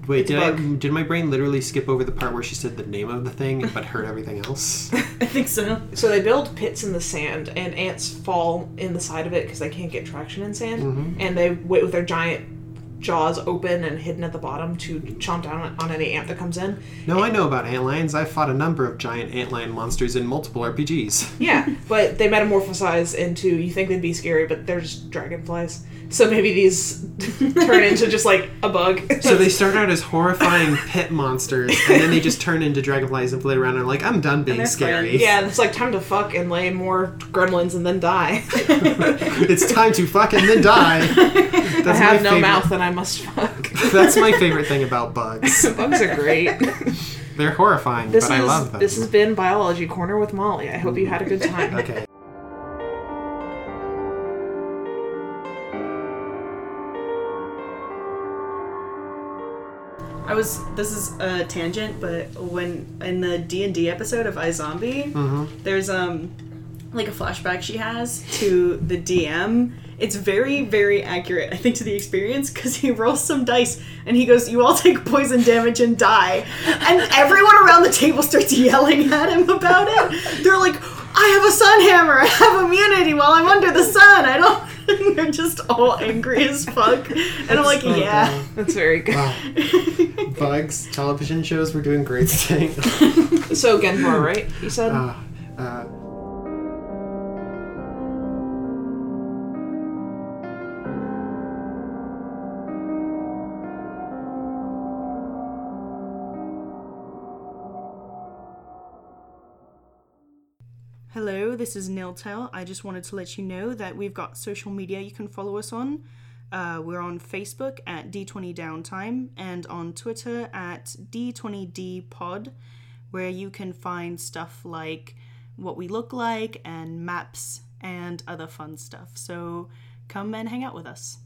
[SPEAKER 1] Wait, did I,
[SPEAKER 3] bug.
[SPEAKER 1] did my brain literally skip over the part where she said the name of the thing but heard everything else?
[SPEAKER 5] I think so.
[SPEAKER 3] So they build pits in the sand, and ants fall in the side of it because they can't get traction in sand,
[SPEAKER 1] Mm-hmm.
[SPEAKER 3] and they wait with their giant jaws open and hidden at the bottom to chomp down on- on any ant that comes in.
[SPEAKER 1] No, I know about antlions. I've fought a number of giant antlion monsters in multiple RPGs.
[SPEAKER 3] Yeah, but they metamorphosize into you think they'd be scary, but they're just dragonflies. So maybe these turn into just like a bug.
[SPEAKER 1] So they start out as horrifying pit monsters, and then they just turn into dragonflies and flit around. And are like, I'm done being
[SPEAKER 2] they're
[SPEAKER 1] scary.
[SPEAKER 2] friends.
[SPEAKER 3] yeah, and it's like time to fuck and lay more gremlins and then die.
[SPEAKER 1] It's time to fuck and then die. That's
[SPEAKER 3] I have no
[SPEAKER 1] favorite.
[SPEAKER 3] mouth and I must fuck.
[SPEAKER 1] That's my favorite thing about bugs.
[SPEAKER 3] Bugs are great.
[SPEAKER 1] They're horrifying,
[SPEAKER 3] This
[SPEAKER 1] but I
[SPEAKER 3] is
[SPEAKER 1] love them.
[SPEAKER 3] this has been Biology Corner with Molly. I hope you had a good time.
[SPEAKER 1] okay.
[SPEAKER 2] I was. This is a tangent, but when in the D and D episode of iZombie, there's um like a flashback she has to the DM. It's very, very accurate, I think, to the experience because he rolls some dice and he goes, "You all take poison damage and die," and everyone around the table starts yelling at him about it. They're like, "I have a sun hammer. I have immunity while I'm under the sun. I don't." And they're just all angry as fuck, and I'm like,
[SPEAKER 1] Oh,
[SPEAKER 2] "Yeah."
[SPEAKER 3] That's very good.
[SPEAKER 1] Wow. Oh, Bugs, television shows were doing great thing.
[SPEAKER 3] So Genmar, right? You said.
[SPEAKER 1] Uh, uh,
[SPEAKER 2] Hello, this is Niltel. I just wanted to let you know that we've got social media you can follow us on. Uh, we're on Facebook at D20 Downtime and on Twitter at D20D Pod, where you can find stuff like what we look like and maps and other fun stuff. So come and hang out with us.